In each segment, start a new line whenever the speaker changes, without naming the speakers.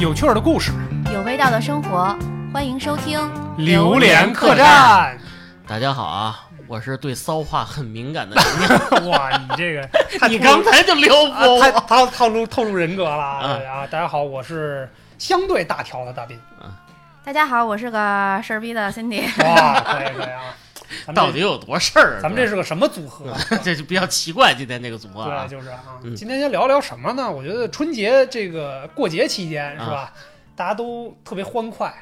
有趣儿的故事，
有味道的生活，欢迎收听《
榴莲客
栈》。
栈。
大家好啊，我是对骚话很敏 感的人。
哇，你这 个，
你刚才就撩
啊
拨，
太
我，
他透露透露人格了啊！
嗯
啊大家好，我是相对大条的大 斌。
大家好，我是个事儿逼的 Cindy。
哇，可以可以啊！咱们这
到底有多事儿啊？
咱们这是个什么组合？啊
这就比较奇怪，今天这个组合
对，
啊，
就是啊。
嗯
今天先聊聊什么呢？我觉得春节这个过节期间是
啊
吧，大家都特别欢快，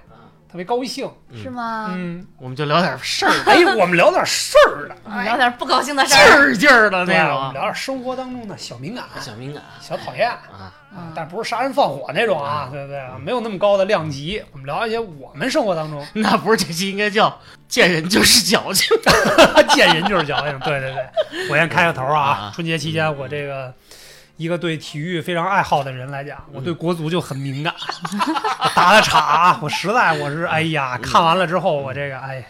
特别高兴。
嗯
是吗？
嗯，
我们就 聊点事儿，
哎，我们聊点事儿的，
我们聊点不高兴的事
劲
儿。
儿劲儿的
对
那
啊，我们
种啊
聊点生活当中的小敏感、
小敏感
小讨厌。
啊，
嗯
但不是杀人放火那种
嗯
啊，对不对啊？没有那么高的量级。我们聊一些我们生活当 中
那不是这期应该叫见人就是矫情
见人就是矫情。对对对，我先开个头啊
啊。
春节期间，我这个一个对体育非常爱好的人来讲，我
嗯
对国足就很敏感。我打了岔啊，我实在我是
嗯
哎呀，看完了之后我这个哎，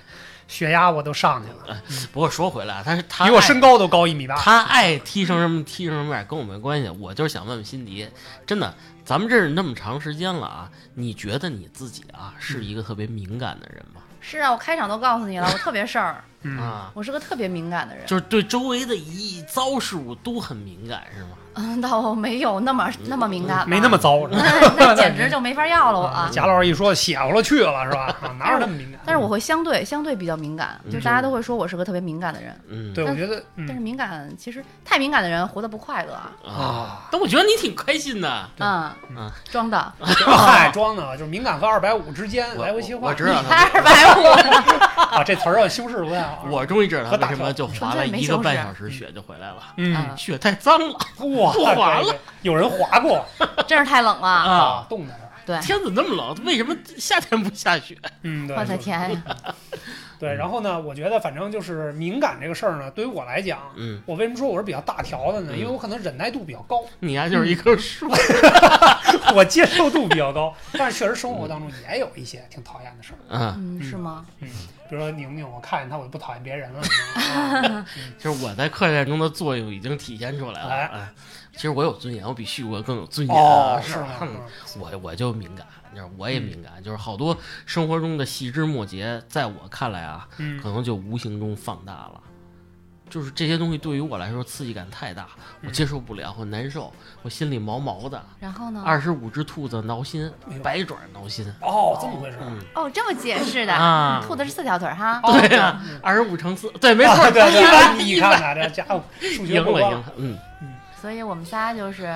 血压我都上去了，
不过说回来啊，他是他
比我
爱
身高都高一米八。
嗯他爱踢成什么踢成什么样，跟我没关系。我就是想问问辛迪，真的，咱们认识那么长时间了啊，你觉得你自己啊
嗯
是一个特别敏感的人吗？
是啊，我开场都告诉你了，我特别事儿，
嗯，
啊，
我是个特别敏感的人。
就是对周围的一糟事物都很敏感，是吗？
嗯，倒没有那么那么敏感吧，
没那么嗯糟。是吧
那， 那简 直就没法要
嗯
了我啊。
贾老师一说，血乎了去了是吧？啊哪有那么敏感？
但是我会相对相对比较敏感，就是大家都会说我是个特别敏感的人，
嗯，
对，我觉得
但是
嗯
敏感其实太敏感的人活得不快乐啊。
啊。
啊。
但我觉得你挺开心的，
嗯
嗯，
装 的，
嗨，装的就是敏感和二百五之间
我
来回切换。
我知道他，
二百五，
啊，这词儿要修饰不太好。
我终于知道他为什么就
纯
滑了
粹没
一
羞
个
耻
半小时血就回来了，
嗯，
嗯
血太脏了
哇，
不滑嗯了
对，对有人滑过
真是太冷了。
啊！，
冻在那儿。
对，
天怎么那么冷？为什么夏天不下雪？
嗯，对，
我的
就是
天啊呀！
对，然后呢，我觉得反正就是敏感这个事儿呢，对于我来讲，
嗯，
我为什么说我是比较大条的呢？
嗯
因为我可能忍耐度比较 高，
你呀就是一棵树，
我接受度比较高，但是确实生活当中也有一些挺讨厌的事儿，
嗯，
嗯，是吗？
比如说宁宁，我看见他我就不讨厌别人了。你知道吗
就是我在客栈中的作用已经体现出来了。
哎
哎，其实我有尊严，我比旭哥更有尊严啊。
哦，是吗？
嗯
嗯
我我就敏感，就是我也敏感，就是好多生活中的细枝末节，在我看来啊，
嗯
可能就无形中放大了。就是这些东西对于我来说刺激感太大，我
嗯
接受不了，我难受，我心里毛毛的。
然后呢？
二十五只兔子挠心
嗯哎呦，
百爪挠心。
哦，这么回事儿。
嗯，
哦，这么解释的。
啊
兔子是四条腿儿哈。
哦
对啊呀，二十五乘四，对，没错
啊， 对
一
对，
般
你
一
看
般
看这家伙数学
赢
过
了赢
关。
了，嗯，
所以我们仨就是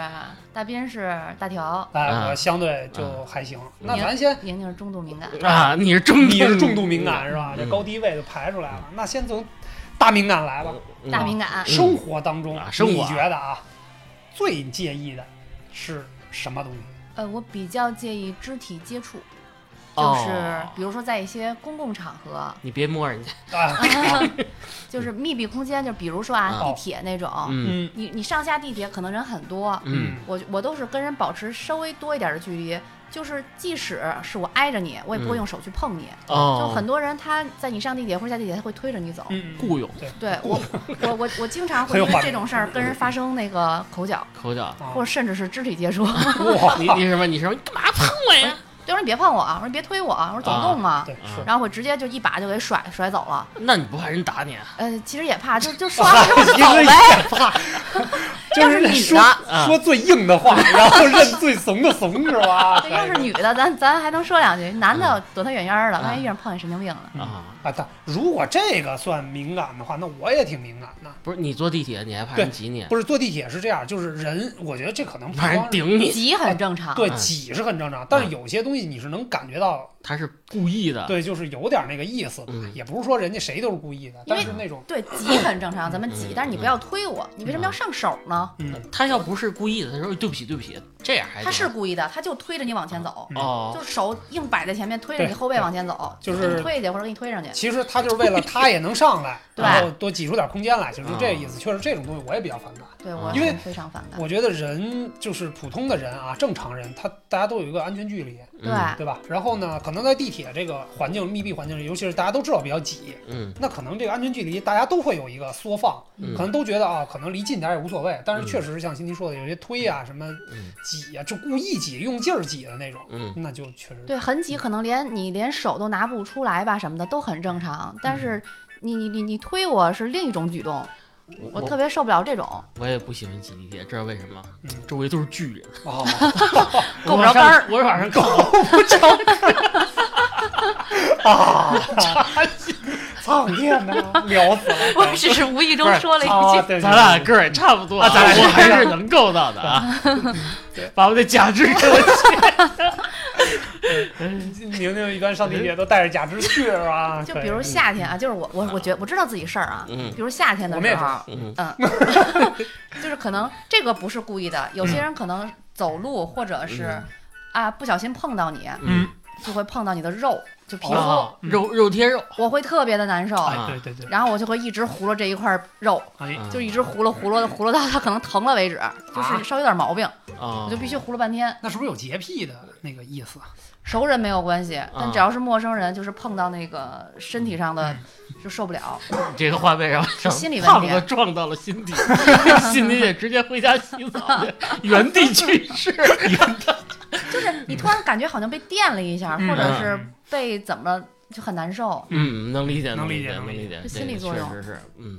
大斌是大条，
哎，
啊嗯
我相对就还行。那咱先，
莹莹是中度敏感。
啊，你是 重
你
度
是重度敏感是吧？
嗯
这高低位就排出来了。那先从大敏感来吧。
嗯
大敏感，
生活当中
啊，生活
你
啊
觉得啊，最介意的是什么东西？
呃，我比较介意肢体接触，就
哦
是比如说在一些公共场合，
你别摸人家，
啊，
就是密闭空间，就比如说啊
哦
地铁那种，
嗯
嗯
你你上下地铁可能人很多，
嗯，
我我都是跟人保持稍微多一点的距离，就是即使是我挨着你，我也不会
嗯
用手去碰你。
哦，
就很多人他在你上地铁或者下地铁，他会推着你走。
嗯，
雇佣
对我，我我我经常
很
会
有
因为
画
这
面
种事儿跟人发生那个口角，
口 角，
啊
或者甚至是肢体接触。
哇，
你你什么？你什么？你干嘛碰我呀？
对，我说你别碰我啊，我说你别推我啊，我说走
啊
动嘛。
对是。
然后我直接就一把就给甩甩走了。
那你不怕人打你啊？
呃，其实也怕，就就说完了之后就
因
走
为
呗。
也怕，就
要是
是
女
说
的，
啊
说最硬的话，然后认最怂的怂是吧？
对，要是女的，咱咱还能说两句；男的躲他远远的，万一
啊
遇上碰见神经病了。
嗯
啊，
啊，但如果这个算敏感的话，那我也挺敏感的。
不是你坐地铁，你还怕人挤你？啊
不是坐地铁是这样，就是人，我觉得这可能不
怕人
光是
顶你？
急很正常，
啊对
嗯
挤是很正常，但是有些东西你是能感觉到，
他是故意
啊
的。
对，就是有点那个意思吧
嗯
也不是说人家谁都是故意的，
因
但
为
是那种，
对挤很正常，咱们挤
嗯，
但是你不要推我，你为什么要上手呢？
嗯，
他要不是故意的，他说对不起对不起，这样还
他是
行
故意的，他就推着你往前
嗯
走，
哦
就是手硬摆在前面，推着你
对
后背往前走，
就是
给你推下去或者给你推上去。
其实他就是为了他也能上来，
对
然后多挤出点空间来，就是这个意思。确实这种东西我也比较反感。
对我
因
为
非常反感。
我觉得人就是普通的人啊，正常人，他大家都有一个安全距离，
对，
嗯
对吧？然后呢，可能在地铁这个环境密闭环境里，尤其是大家都知道比较挤，
嗯
那可能这个安全距离大家都会有一个缩放，
嗯
可能都觉得啊，可能离近点儿也无所谓。但是
嗯
确实像新迪说的，有些推啊什么
嗯
挤呀、就故意挤，用劲儿挤的那种，
嗯，
那就确实
对，很挤，可能连你连手都拿不出来吧，什么的都很正
嗯
常。但是你你你你推我是另一种举动，我特别受不了这种，
我也不喜欢挤地铁，知道为什么
嗯？
周围都是巨人，
哦，
够不着杆儿。
我往上够，
啊，操你呐，聊死了！
我只是无意中
不是
说了一
啊
句，
对
咱俩个儿也差不多
啊咱俩是
我还是能够到的啊。 把我的假肢给我嗯
宁宁一般上地铁都带着假肢去是吧？
就
可以
比如夏天啊，就是我我我觉我知道自己事儿啊，
嗯
比如夏天的
嗯我们也
时
是
候，
嗯
嗯， 就是可能这个不是故意的，有些
嗯
人可能走路或者是、
嗯
啊不小心碰到你，
嗯，
就会碰到你的肉，就皮肤，
哦肉肉贴肉，
我会特别的难受，
啊
哎，对对对，
然后我就会一直胡罗这一块肉，
哎，
就一直胡罗胡罗的胡罗到它可能疼了为止，
啊
就是稍微有点毛病，
啊，
我就必须胡罗半天。
那是不是有洁癖的那个意思？啊
熟人没有关系，
啊
但只要是陌生人，就是碰到那个身体上的
嗯
就受不了。
这个画面让让
心理问题
胖子撞到了心底， 心底也直接回家洗澡 去，原地去世。
就是你突然感觉好像被电了一下，
嗯哦
或者是被怎么了，就很难受。
嗯，能理解，
能
理
理解
能
能理
解，
这
这
心理
个
作用
确实是，嗯。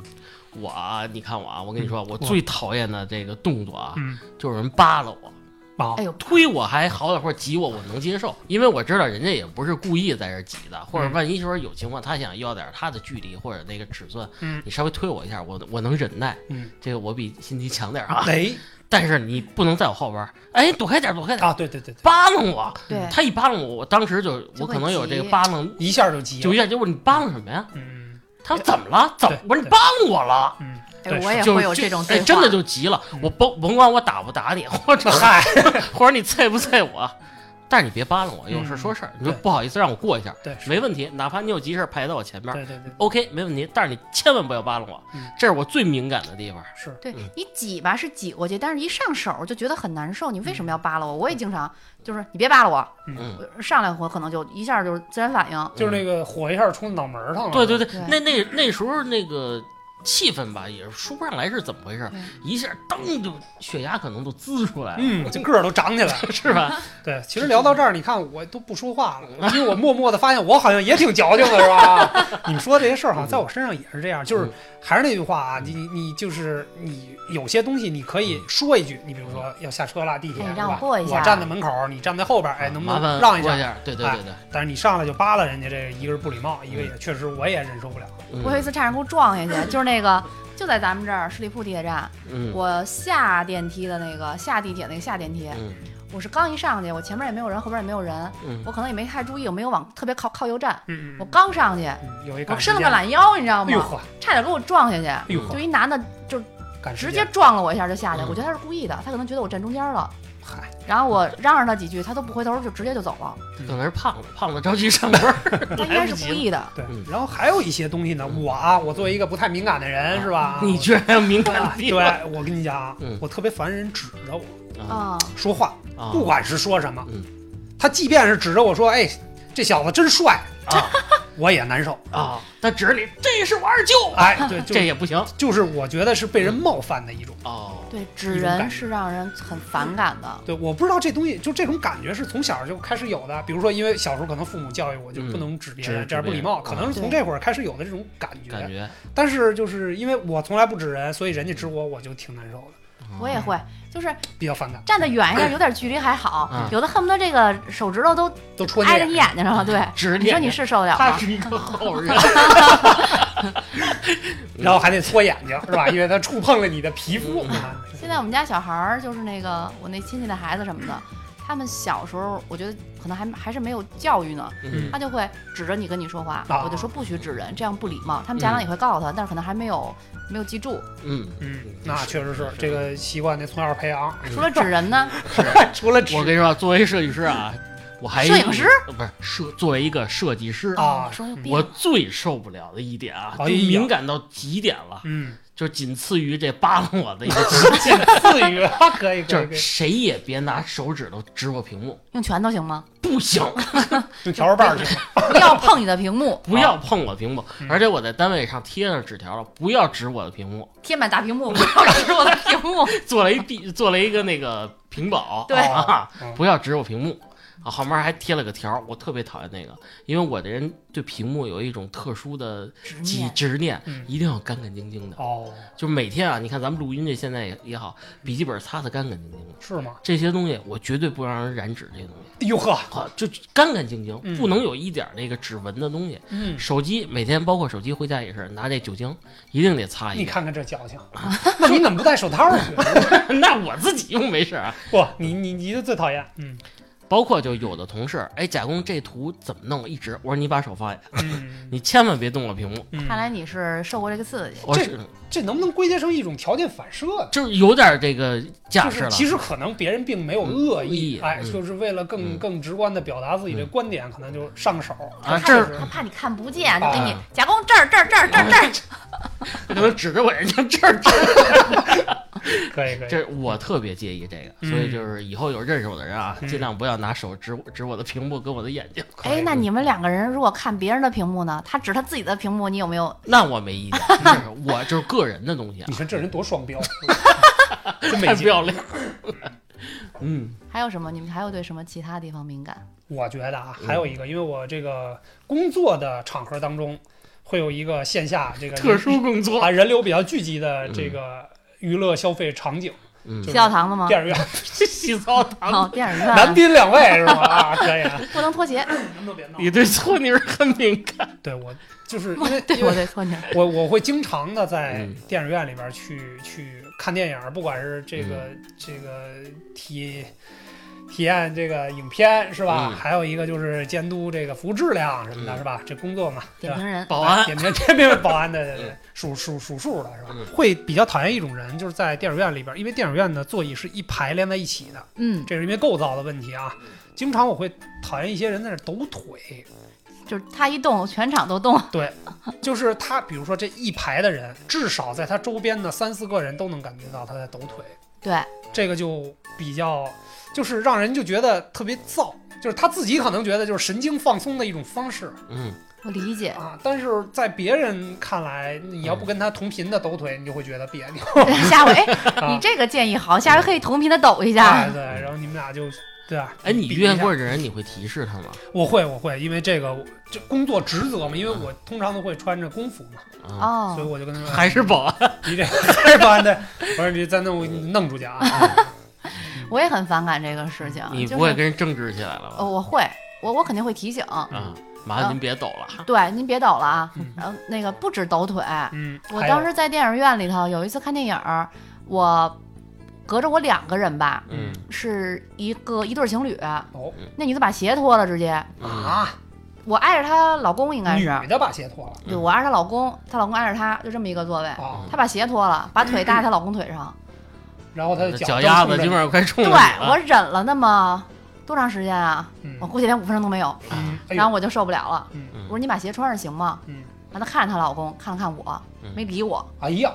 我啊，你看我啊，我跟你说，我
我
最讨厌的这个动作啊，
嗯，
就是有人扒拉我，
啊
哎，呦，
推我还好点，或者挤我，我能接受，因为我知道人家也不是故意在这儿挤的，或者万一说有情况，他想要点他的距离或者那个尺寸，
嗯
你稍微推我一下，我我能忍耐，
嗯，
这个我比心机强点啊，
哎
但是你不能在我后边儿，哎，躲开点儿，躲开点儿，
啊，对对对对，
扒拉我，
对，
嗯
他一扒拉我，我当时就
就
我
会
可能有这个
急
扒拉，
一下就急
就
了
一，下就问你扒拉什么呀？
嗯
他说怎么了？怎么？
对
我说你扒拉我了。
嗯，
哎
对，
我也
就
会有这种
哎，
对话，
真的就急了
嗯，
我甭甭管我打不打你，或 者
嗨，
或者你啐不啐我，但是你别扒拉我，有事
嗯
说事儿。你说
对
不好意思让我过一下，
对，
没问题，哪怕你有急事儿排在我前边儿
对对对，
，OK 没问题，但是你千万不要扒拉我
嗯，
这是我最敏感的地方。
是，
对
嗯
你挤吧是挤过去，但是一上手就觉得很难受。你为
嗯
什么要扒拉我？我也经常就是你别扒拉我，
嗯，
我上来我可能就一下就是自然反应。
就是那个火一下冲脑门儿上了，
嗯对对对
对，
那那那时候那个气氛吧，也说不上来是怎么回事儿
对，
一下噔就血压可能都滋出来了，
嗯，这个儿都长起来了。
是吧？
对，其实聊到这儿，你看我都不说话了， 因为我默默的发现我好像也挺矫情的，是吧？ 你们说这些事儿好像在我身上也是这样，就是
嗯
还是那句话啊，你你你就是你有些东西你可
嗯
以说一句，你比如说要下车了，地铁
哎
是
让我
吧？
过一下
我站在门口，你站在后边，哎，能不
啊麻
能
烦
让一
过
下哎
一？下？对对对对，
但是你上来就扒拉人家，这一个是不礼貌，一个
嗯
也确实我也忍受不了。
我有一次差点给我撞下去，就是那个就在咱们这儿十里铺地铁站，
嗯
我下电梯的那个下地铁那个下电梯，
嗯
我是刚一上去，我前面也没有人，后边也没有人，
嗯
我可能也没太注意，我没有往特别靠靠右站，
嗯
我刚上去，
嗯，有一
我
赶时
伸了
间
个懒腰，你知道
哎呦
吗？
呵，
差点给我撞下去。
哎呦
就
呵，
一男的
赶时
直
间
接撞了我一下就下去，
嗯
我觉得他是故意的，他可能觉得我站中间了，
嗨，
然后我嚷嚷他几句，他都不回头就直接就走了，
可能是胖子，胖子着急上班儿，
他应该是故意的。
对
嗯。
然后还有一些东西呢，我啊，我作为一个不太敏感的人，是吧？
嗯 你居然要敏感
啊
的地
对，
方
我跟你讲啊
嗯，
我特别烦人指着我
啊，
啊
说话，
啊
不管是说什么
嗯，
他即便是指着我说，哎，这小子真帅
啊，
我也难受。
啊！他指着你，这是我二舅，
哎， 对，就
这也不行
就是我觉得是被人冒犯的一种。
哦。
对，指
一种
人
感
是让人很反感的。
对，我不知道这东西，就这种感觉是从小就开始有的。比如说，因为小时候可能父母教育我就不能指别人，
指啊
这样不礼貌，可能是从
对
这会儿开始有的这种感觉。
感觉
但是就是因为我从来不指人，所以人家指我，我就挺难受的，
嗯
我也会，就是
比较反感，
站得远一点，有点距离还好，
嗯
有的恨不得这个手指头都
都戳
挨着你
眼。
眼睛 上了。对，
指着
你说你啊
是
是受得了
他
吗？
是一个好人，
然后还得搓眼睛，是吧？因为它触碰了你的皮
嗯
肤。啊
现在我们家小孩儿就是那个我那亲戚的孩子什么的，他们小时候我觉得可能还还是没有教育呢，
嗯
他就会指着你跟你说话，
啊
我就说不许指人，这样不礼貌。他们家长也会告诉他，但是可能还没有没有记住。
嗯，
嗯，那确实是这个习惯得从小培养。
哎
嗯
除了指人呢，
除了指
我跟你说，作为设计师啊，我还
摄影师哦
不是设，作为一个设计师，
啊
我说有
我
病，
最受不了的一点啊，就
哎呀
敏感到极点了，
嗯，
就仅次于这扒拉我的一个 极点，
仅 次于啊可以
就
可以可
是谁也别拿手指头指我屏幕，
用拳头行吗？
不行，
以，用笤帚棒去。
不要碰你的屏幕，
不要碰我屏幕
嗯，
而且我在单位上贴上纸条了，不要指我的屏幕，
贴满大屏幕，不要指我的屏幕。
做了一壁，做了一个那个屏保，
对
啊
嗯，
不要只有屏幕。啊，后面还贴了个条儿，我特别讨厌那个，因为我这人对屏幕有一种特殊的
执
几
念，
执念
嗯，
一定要干干净净的。
哦，
就每天啊，你看咱们录音这现在也也好，笔记本擦得干干净净的，
是吗？
这些东西我绝对不让人染指这些东西，
哟呵，
好，就干干净净，
嗯
不能有一点那个指纹的东西。
嗯，
手机每天包括手机回家也是拿这酒精一定得擦一
你
遍。
看看 这矫情，
哎
那你怎么不戴手套 去？
那我自己又没事啊。
不，你你你就最讨厌，嗯
包括就有的同事，哎，贾工这图怎么弄？一直我说你把手放下，
嗯，
你千万别动我屏幕。
嗯
看来你是受过这个刺激。
我是
这能不能归结成一种条件反射呢？
就是有点这个架
就
势
是
了。
其实可能别人并没有恶意，
嗯
哎，
嗯
就是为了更
嗯
更直观的表达自己的观点，可能就上手
啊
就
这
是
儿
他怕你看不见，就给你
啊
假工这儿这儿这儿这儿这儿，
可能指着我人家这儿指着，
可以可以，
这我特别介意这个，所以就是以后有认识我的人啊，
嗯
尽量不要拿手指指我的屏幕跟我的眼睛。
可以
哎，那你们两个人如果看别人的屏幕呢？他指他自己的屏幕，你有没有？
那我没意 见，就是我就是个人的东西啊
你，说这人多双 标，真没
太
劲。
漂亮了。嗯，
还有什么？你们还有对什么其他地方敏感？
我觉得啊，
嗯
还有一个，因为我这个工作的场合当中，会有一个线下这个
特殊嗯工作，
啊人流比较聚集的这个娱乐消费场景，
嗯
就，
洗
是
澡堂子吗？
电影院。
洗澡堂，
哦，电影
男
院
宾两位是吧？啊，可以啊，
不能脱鞋，
什么都别闹
你对搓泥儿 很敏感。
对我 就是因为
对
因为
我得搓泥儿。
我我会经常的在
嗯
电影院里边去去看电影，不管是这个、
嗯
这个体体验这个影片是吧、
嗯
还有一个就是监督这个服务质量什么的，
嗯
是吧？这工作嘛，对
点
吧？
评 人，
保安，
点评点评保安的对对对
嗯
数数数数的是吧、
嗯
会比较讨厌一种人，就是在电影院里边，因为电影院的座椅是一排连在一起的，
嗯，
这是因为构造的问题
嗯
啊。经常我会讨厌一些人在那儿抖腿，
就是他一动，全场都动。
就是他，比如说这一排的人，至少在他周边的三四个人都能感觉到他在抖腿，
对，
这个就比较，就是让人就觉得特别燥，就是他自己可能觉得就是神经放松的一种方式
嗯，
我理解。
啊，但是在别人看来，你要不跟他同频的抖腿，你就会觉得别扭。
下回哎你
啊，
这个建议好，下回可以同频的抖一
哎
下。
对，然后你们俩就。对吧？
哎，你
比
遇见
一下
过这人，你会提示他吗？
我会，我会，因为这个我这工作职责嘛，因为我
哦
通常都会穿着工服嘛，
啊，
哦
所以，我就跟他说，哎
还是保安？
你这 还是保安的，我说你再弄我给你弄出去啊！
嗯
我也很反感这个事情。
你
就是
不会跟人争执起来了
呃，
吧？
我会，我我肯定会提醒。
啊，麻烦您别抖了啊。
对，您别抖了啊
嗯。
然后那个不止抖腿，
嗯，
我
还有
当时在电影院里头有一次看电影儿，我隔着我两个人吧，
嗯
是一个一对儿情侣，
哦
那女的把鞋脱了，直接
啊，
啊，
我挨着她老公应该
女
是，
的把鞋脱了
对我挨着她老公，她老公挨着她，就这么一个座位，
啊，
她把鞋脱了，把腿搭在她老公腿上，
然后他的
脚
正
丫
冲
子
着
基本上快冲
对
着你
我
了。
忍了那么多长时间啊？
嗯
我估计连五分钟都没有，
嗯，哎
然
呦，
后啊我就受不了了，
嗯
我说你把鞋穿上行吗？
嗯，
然后她看着她老公，看了看我
嗯，
没理我，
哎呀，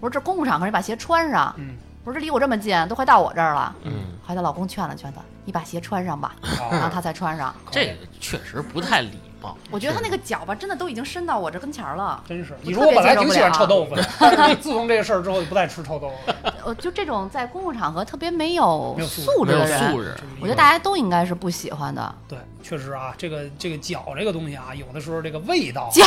我说这公共场合你把鞋穿上，
嗯，
我说这离我这么近，都快到我这儿了。
嗯，
后来她老公劝了劝她，你把鞋穿上吧，然后
啊，
她才穿上。
这个确实不太礼貌。
我觉得她那个脚吧，真的都已经伸到我这跟前儿 了。
真是，
我
你说我本来
特别
挺
接
喜欢
受不了
臭豆 腐的，但是自从这个事儿之后就不再吃臭豆腐了。
呃，就这种在公共场合特别没有
没有素质
素
没
质
有
的人
素，质，
就是一个
我觉得大家都应该是不喜欢的。
对，确实啊，这个这个脚这个东西啊，有的时候这个味道，
脚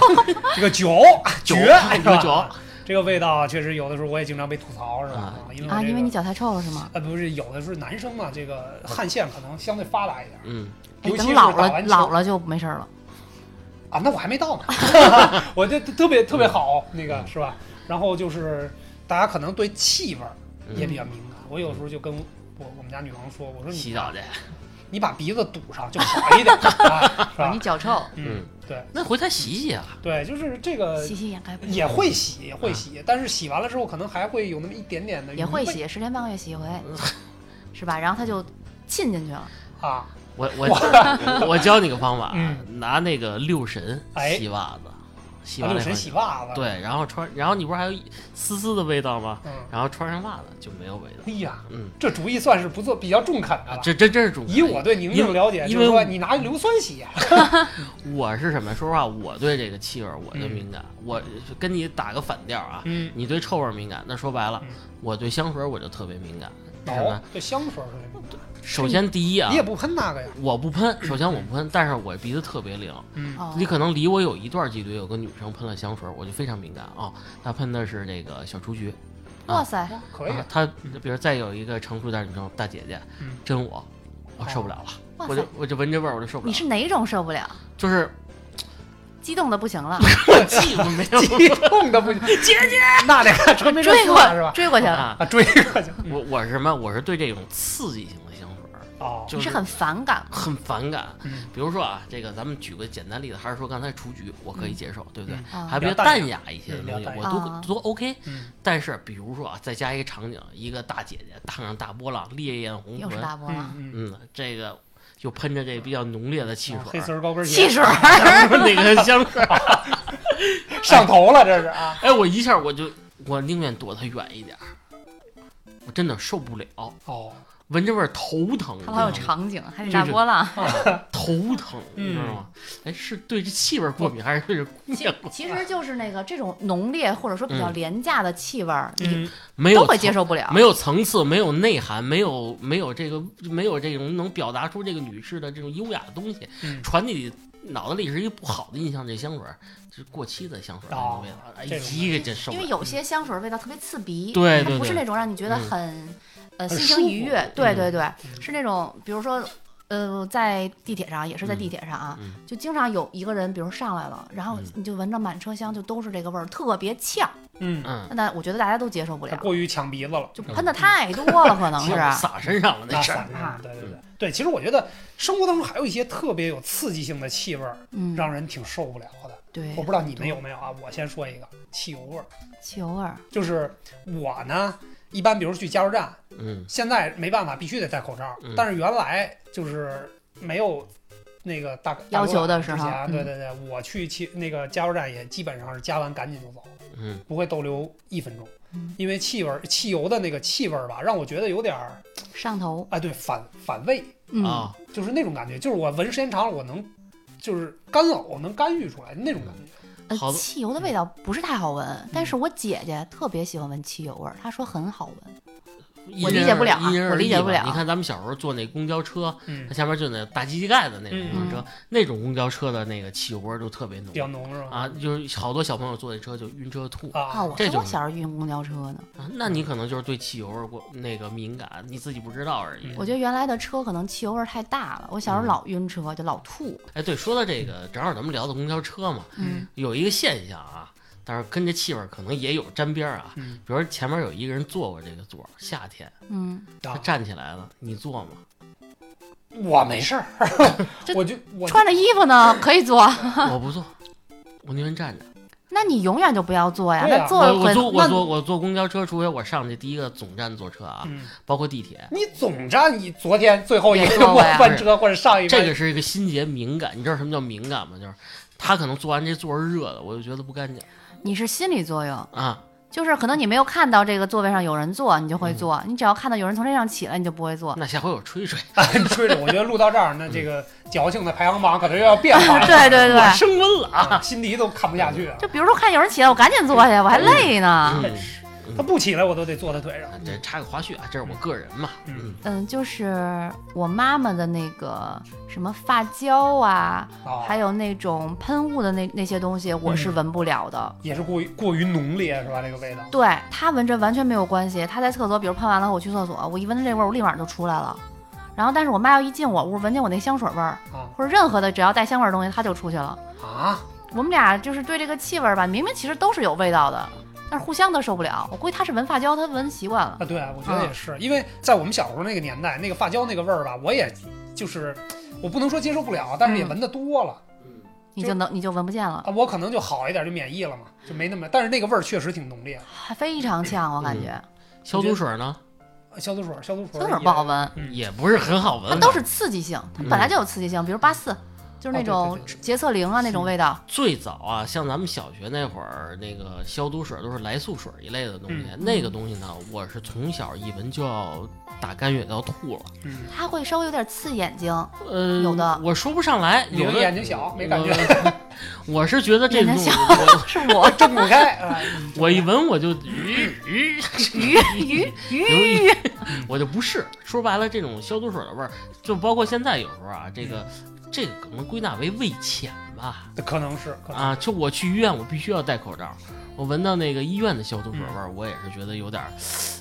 这个脚
脚
绝哎
这个，
是吧
脚
这个味道确实有的时候我也经常被吐槽，是吧？因为我
啊，
这
因
个
为你脚太臭了是吗？
呃，不是，有的是男生嘛，这个汗腺可能相对发达一点，
嗯，
哎，
尤其
等
是
老
打
了
完球
老了就没事儿了。
啊，那我还没到呢，我这特别特别好，那个是吧？然后就是大家可能对气味儿也比较敏感，我有时候就跟我我们家女王说，我说
洗
你
澡去。
你把鼻子堵上就好一点，啊、是
啊
吧？
你脚臭，
嗯，对
那回头洗洗啊。
对，就是这个
洗洗掩盖不了
也会洗，也会洗，但是洗完了之后可能还会有那么一点点的
也
余
会
味
洗，十天半个月洗一回，是吧？然后她就沁进去了。
啊，
我我我教你个方法，啊
嗯
拿那个六神
哎
洗袜子，洗
啊
完
六
了以后
神洗袜子，，
对，然后穿，然后你不是还有一丝丝的味道吗？
嗯，
然后穿上袜子就没有味道。
哎呀，
嗯，
这主意算是不错，比较中肯的
啊，
了。
这这真是主观
以我对宁宁的了解，
因
就是
因
说
为
你拿硫酸洗啊，
我是什么？说实话，我对这个气味我就敏感。我跟你打个反调啊，
嗯，
你对臭味敏感，那说白了，
嗯
我对香水我就特别敏感。什么
哦，？这香水儿是什么
首先第一啊
你，也不嗯喷那个呀？
我不喷，首先我不喷，但是我鼻子特别灵。
嗯，
哦
你可能离我有一段距离，有个女生喷了香水，我就非常敏感啊、她喷的是那个小雏菊，
哇塞，
哦可以
啊
啊，
她比如再有一个成熟点儿女生，大姐姐
嗯，哦
真我，我受不了了，
哇
我
塞
就，我就闻这味儿我就受不
你
了了，
是哪种受不了？
就是
激动的不 行了，
气氛没有
激动的不行，姐姐，那得看穿没穿
追
裤
过
了是吧？
追过去了，
啊。
啊，追过去，
我我是什么？我是对这种刺激性的香水儿
哦，
就
你是
是
很反感吗。
很反感。
嗯
比如说啊，这个咱们举个简单例子，还是说刚才雏菊，我可以接受，对不对？
嗯
还别
比较淡
淡雅一些的东西
嗯，比较
我
淡雅啊
都都 OK。
嗯，
但是比如说啊，再加一个场景，一个大姐姐烫上大波浪，烈焰红
又是
唇，
大波浪，
嗯嗯，
嗯，这个又喷着这比较浓烈的汽
哦黑
水
丝
儿，
儿高跟鞋
汽水儿，
那个香水儿，
上头了，这是啊，
哎，我一下我就我宁愿躲她远一点儿，我真的受不了，
哦，
闻着味儿头疼，
它老有
你知道吗
场景，还得
这
大
是
波浪。
头疼，你知道
嗯
吗？哎，是对这气味儿过敏，还是对这姑
其
娘过敏？
其实就是那个这种浓烈或者说比较
嗯
廉价的气味儿，你
嗯，
没有
都会接
层
受不了。
没有层次，没有内涵，没有没有这个没有这种能表达出这个女士的这种优雅的东西，
嗯
传递脑子里是一个不好的印象。这香水儿是过期的香水儿，那
哦
种味道，哎，
这种
一个真受
因
不
为
了。
有些香水味道特别刺鼻，
对
它
对
不是
对
那种让你觉得
嗯
很、呃
很
心
舒
情愉
服
悦，对
嗯
对对，
嗯
是那种比如说呃在地铁上也是在地
嗯
铁上啊，
嗯
就经常有一个人，比如上来了，然后
嗯
你就闻着满车厢就都是这个味儿，特别呛，
嗯，
嗯，
那我觉得大家都接受啊不
他
了，
过于抢鼻子了。
就喷的太多了，可能是。
洒身上了那
那
事儿。
散啊，对对对对，其实我觉得生活当中还有一些特别有刺激性的气味儿，
嗯，
让人挺受不了的。
对
我不知道你们有没有啊？我先说一个汽油味儿，
汽油味儿，
就是我呢，一般比如去加油站，
嗯
现在没办法必须得戴口罩，
嗯
但是原来就是没有那个大
要求的时
时
候
候，对对
嗯
对，我去汽那个加油站也基本上是加完赶紧就走，
嗯，
不会逗留一分钟
嗯，
因为气味儿汽油的那个气味儿吧，让我觉得有点儿
上头，
哎对反反胃，
嗯，
啊，
就是那种感觉，就是我闻时间长了，我能就是干呕，能干预出来那种感觉。
呃
好，多
汽油的味道不是太好
嗯
闻，但是我姐姐特别喜欢闻汽油味儿，她说很好闻。我
一人
理解不了啊
一人
我理解
一吧
不了
你看咱们小时候坐那公交车，
嗯
它，下面就那大机器盖的那种公交车，那种公交车的那个汽油味儿就特别浓
比较浓是吧？
啊，就是好多小朋友坐那车就晕车吐。
啊，
啊，嗯
我
这
说
种
我小时候晕公交车呢，
啊那你可能就是对汽油味儿过那个敏感，你自己不知道而已。
嗯
我觉得原来的车可能汽油味儿太大了，我
嗯
小时候老晕车就老吐。
哎，对，说到这个，正好咱们聊到公交车嘛，
嗯
有一个现象啊，但是跟这气味儿可能也有沾边儿啊。
嗯，
比如前面有一个人坐过这个座儿，夏天
嗯，
啊
他站起来了，你 坐吗？
我没事儿，
这
我就我
穿着衣服呢 可以坐，
我不坐，我宁愿站着。
那你永远就不要坐呀，
对啊
那坐
我我
会
坐我
那
坐我坐公交车，除非我上去第一个总站坐车啊，
嗯，
包括地铁。
你总站你昨天最后一
也
个
坐过呀
班车或者上一班
这个是一个心结敏感，你知道什么叫敏感吗？就是他可能坐完这座儿热的，我就觉得不干净
你是心理作用，
啊。
就是可能你没有看到这个座位上有人坐，你就
嗯
会坐；你只要看到有人从这上起来，你就不会坐。
那下回我吹吹。
你 吹着，我觉得录到这儿，那这个矫情的排行榜可能又要变化了。
对对
我
对，
升温了啊！
啊，辛迪都看不下去啊了，
就比如说看有人起来，我赶紧坐下，我还累呢。
嗯
他不起来我都得坐他腿上。
啊这插个花絮啊，这是我个人嘛。
嗯
嗯，就是我妈妈的那个什么发胶啊，
啊，
还有那种喷雾的那那些东西，我是
嗯
闻不了的。
也是过于过于浓烈是吧？这个味道，
对她闻着完全没有关系。她在厕所，比如喷完了，我去厕所，我一闻这味儿，我立马就出来了。然后，但是我妈要一进我屋，闻见我那香水味儿
啊，
或者任何的只要带香味儿的东西，她就出去了。
啊，
我们俩就是对这个气味儿吧，明明其实都是有味道的，但是互相都受不了。我估计她是闻发胶，她闻习惯了
啊，。对，我觉得也是，因为在我们小时候那个年代，那个发胶那个味儿吧，我也就是我不能说接受不了，但是也闻得多了、
嗯
你就能你就闻不见了，
啊，我可能就好一点，就免疫了嘛，就没那么。但是那个味儿确实挺浓烈。
还非常呛，我
嗯
感觉
消毒水呢，
消毒水，消毒水，
香水儿不好
闻。
闻。
嗯
也不是很好
它
闻。
啊都是刺激性，它本来就有刺激性，比如八四，就是那
哦
种
对对对
洁厕灵啊那种味道。
最早啊，像咱们小学那会儿，那个消毒水都是来素水一类的东西。
嗯
那个东西呢，我是从小一闻就要打干哕要吐了。
嗯，
它会稍微有点刺眼睛，
呃，
有的
我说不上来，
你
有
的
的
眼睛小没感觉
觉。 我是觉得这
眼
种
睛
东西，
小
我
是我
睁不开。啊
我一闻我就，咦 鱼，
鱼鱼鱼鱼，
我就不是。说白了，这种消毒水的味儿，就包括现在有时候啊，这个这个可能归纳为味浅吧。
嗯可能是可能
啊，就我去医院，我必须要戴口罩。我闻到那个医院的消毒水味儿，我也是觉得有点儿，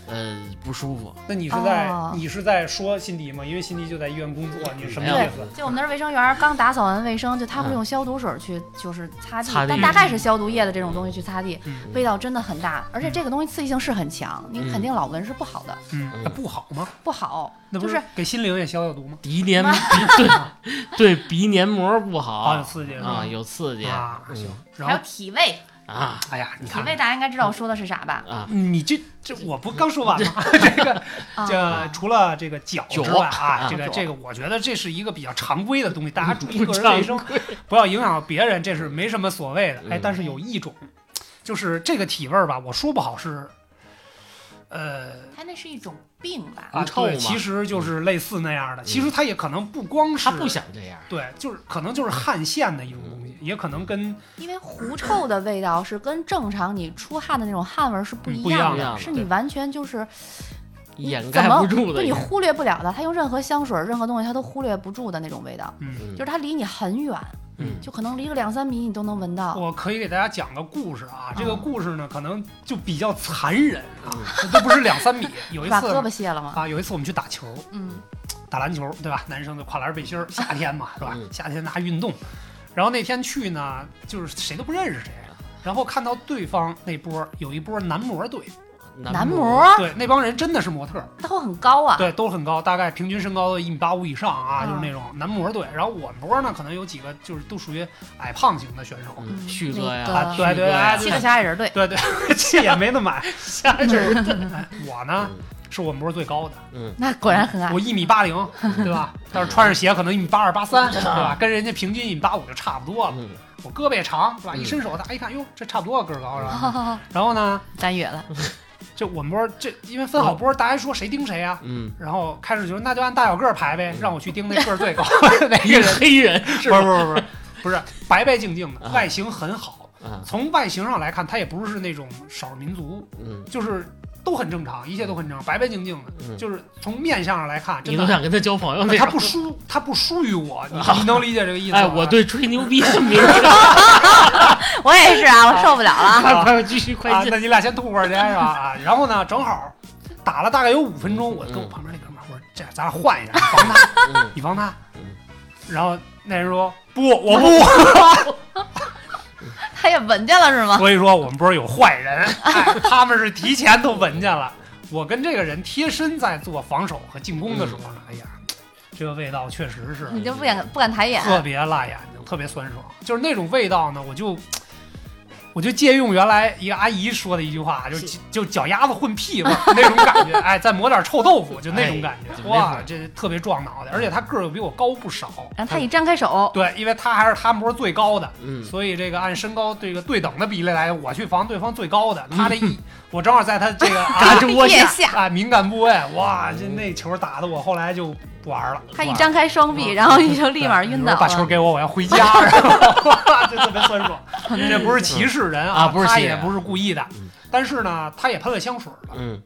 呃，不舒服。
那你是在、
哦
你是在说辛迪吗？因为辛迪就在医院工作，你什么
没
意
有
思？
就我们那儿卫生员儿刚打扫完卫生，就他
嗯
会用消毒水去就是擦地，
擦地
但大概是消毒液的这种东西去擦地，
嗯
味道真的很大，而且这个东西刺激性是很强，你
嗯
肯定老闻是不好的，
嗯
嗯，
那不好吗？
不好。
那不
就是
给心灵也消消毒吗？
鼻黏鼻对对鼻黏膜不
啊，有
好
刺激是吧
啊，有刺激
啊
嗯
行然
还有
后
体味，
啊
哎呀，你
体
看
味大家应该知道我说的是啥吧？
啊！
你这这我不刚说完吗？这个
啊，
这除了这个脚之外啊，
脚
这个
啊
这个，我觉得这是一个比较常规的东西，大家注意个人卫生，不要影响到别人，这是没什么所谓的。哎
嗯，
但是有一种，就是这个体味儿吧，我说不好是，呃。
它那是一种病吧？
啊，
狐臭
对，
嘛
其实就是类似那样的。其实它也可能不光是
他不想嗯这样，
对，就是可能就是汗腺的一种东西，也可能跟
因为狐臭的味道是跟正常你出汗的那种汗味儿是不
嗯
一
不一样
的，
的
是你
对
完全就是你
掩
怎
盖
么
不住
对
的
你。忽略不了的。它用任何香水、任何东西，它都忽略不住的那种味道，
嗯，
就是它离你很远，
嗯
就可能离个两三米你都能闻到。
我可以给大家讲个故事啊。这个
嗯
故事呢，可能就比较残忍啊，
嗯
都不是两三米。有 一
把
次
胳膊卸了吗？
啊，有一次我们去打球，
嗯，
打篮球，对吧？男生就跨栏背心儿，夏天嘛，是吧
嗯？
夏天大家运动。然后那天去呢，就是谁都不认识谁，啊然后看到对方那波儿有一波男模队，
男模
模
儿
对，那帮人真的是模特儿，
它会很高啊，
对，都很高，大概平均身高一米八五以上啊，
嗯
就是那种男模队。然后我们波呢，可能有几个就是都属于矮胖型的选手，
嗯
嗯
旭哥
那
呀，
啊，
个
对对哎
七
对
个小矮人儿队，
对对，这也没那 么矮，下一阵儿哎我呢
嗯
是我们波最高的，
嗯，
那果然很矮
我。一米八零，对吧？但是穿上鞋可能一米八二八三，对吧？跟人家平均一米八五就差不多了。
嗯
我胳膊也长，是吧？
嗯
一伸手，大家一看，哟，这差不多啊个儿高是吧？
哦，
然后呢，
咱远了，
这我们波这因为分好波，大家说谁盯谁啊？
嗯，
然后开始就说那就按大小个儿排呗，
嗯
让我去盯那个儿 最高的那
一
个
个
人。
黑人是
不是
吧？
不是不 是不是白白净净的，
啊
外形很好。
啊，
从外形上来看，他也不是那种少数民族，
嗯
就是都很正常，一切都很正常，白白净净的。
嗯，
就是从面相上来看，真
你都
的
想跟他交朋友那
他
种。
不输，他不输于我，你你能理解这个意思吗？
啊
啊
哎，我对吹牛逼的 敏感，
我也是啊，我受不了了。
快快继续快
啊，
进。
那你俩先吐会儿去是吧？啊，然后呢，正好打了大概有五分钟，我跟我
嗯
旁边那哥们儿我说：“这样咱俩换一下，你防他，
嗯
你防他。
嗯”
然后那人说：“不，我不。
他也闻见了是” 吗？
所以说我们不是有坏人，哎，他们是提前都闻见了。我跟这个人贴身在做防守和进攻的时候呢，哎呀，这个味道确实是
你就不敢不敢抬眼，
特别辣眼睛，特别酸爽，就是那种味道呢，我就。我就借用原来一个阿姨说的一句话，就是就脚丫子混屁味儿 那种感觉，哎，再抹点臭豆腐，就那种嗯感
哎
觉，
就没法
哇，这特别壮脑袋，而且他个儿又比我高不少，
然后他一张开手，
对，因为他还是他模最高的，
嗯
所以这个按身高这个对等的比例来，我去防对方最高的，
嗯
他这一我正好在他 这个啊
胳窝
腋
下，
下，
啊敏感部位，哇，这那球打的我后来就不玩了，
他一
哇
张开双臂，然后你就立马晕倒
把球
了。
给我，我要回家， 然后这特别酸爽。这不是歧视人
啊不是
他
歧视
也不是故意的
嗯。
但是呢，他也喷了香水了。
嗯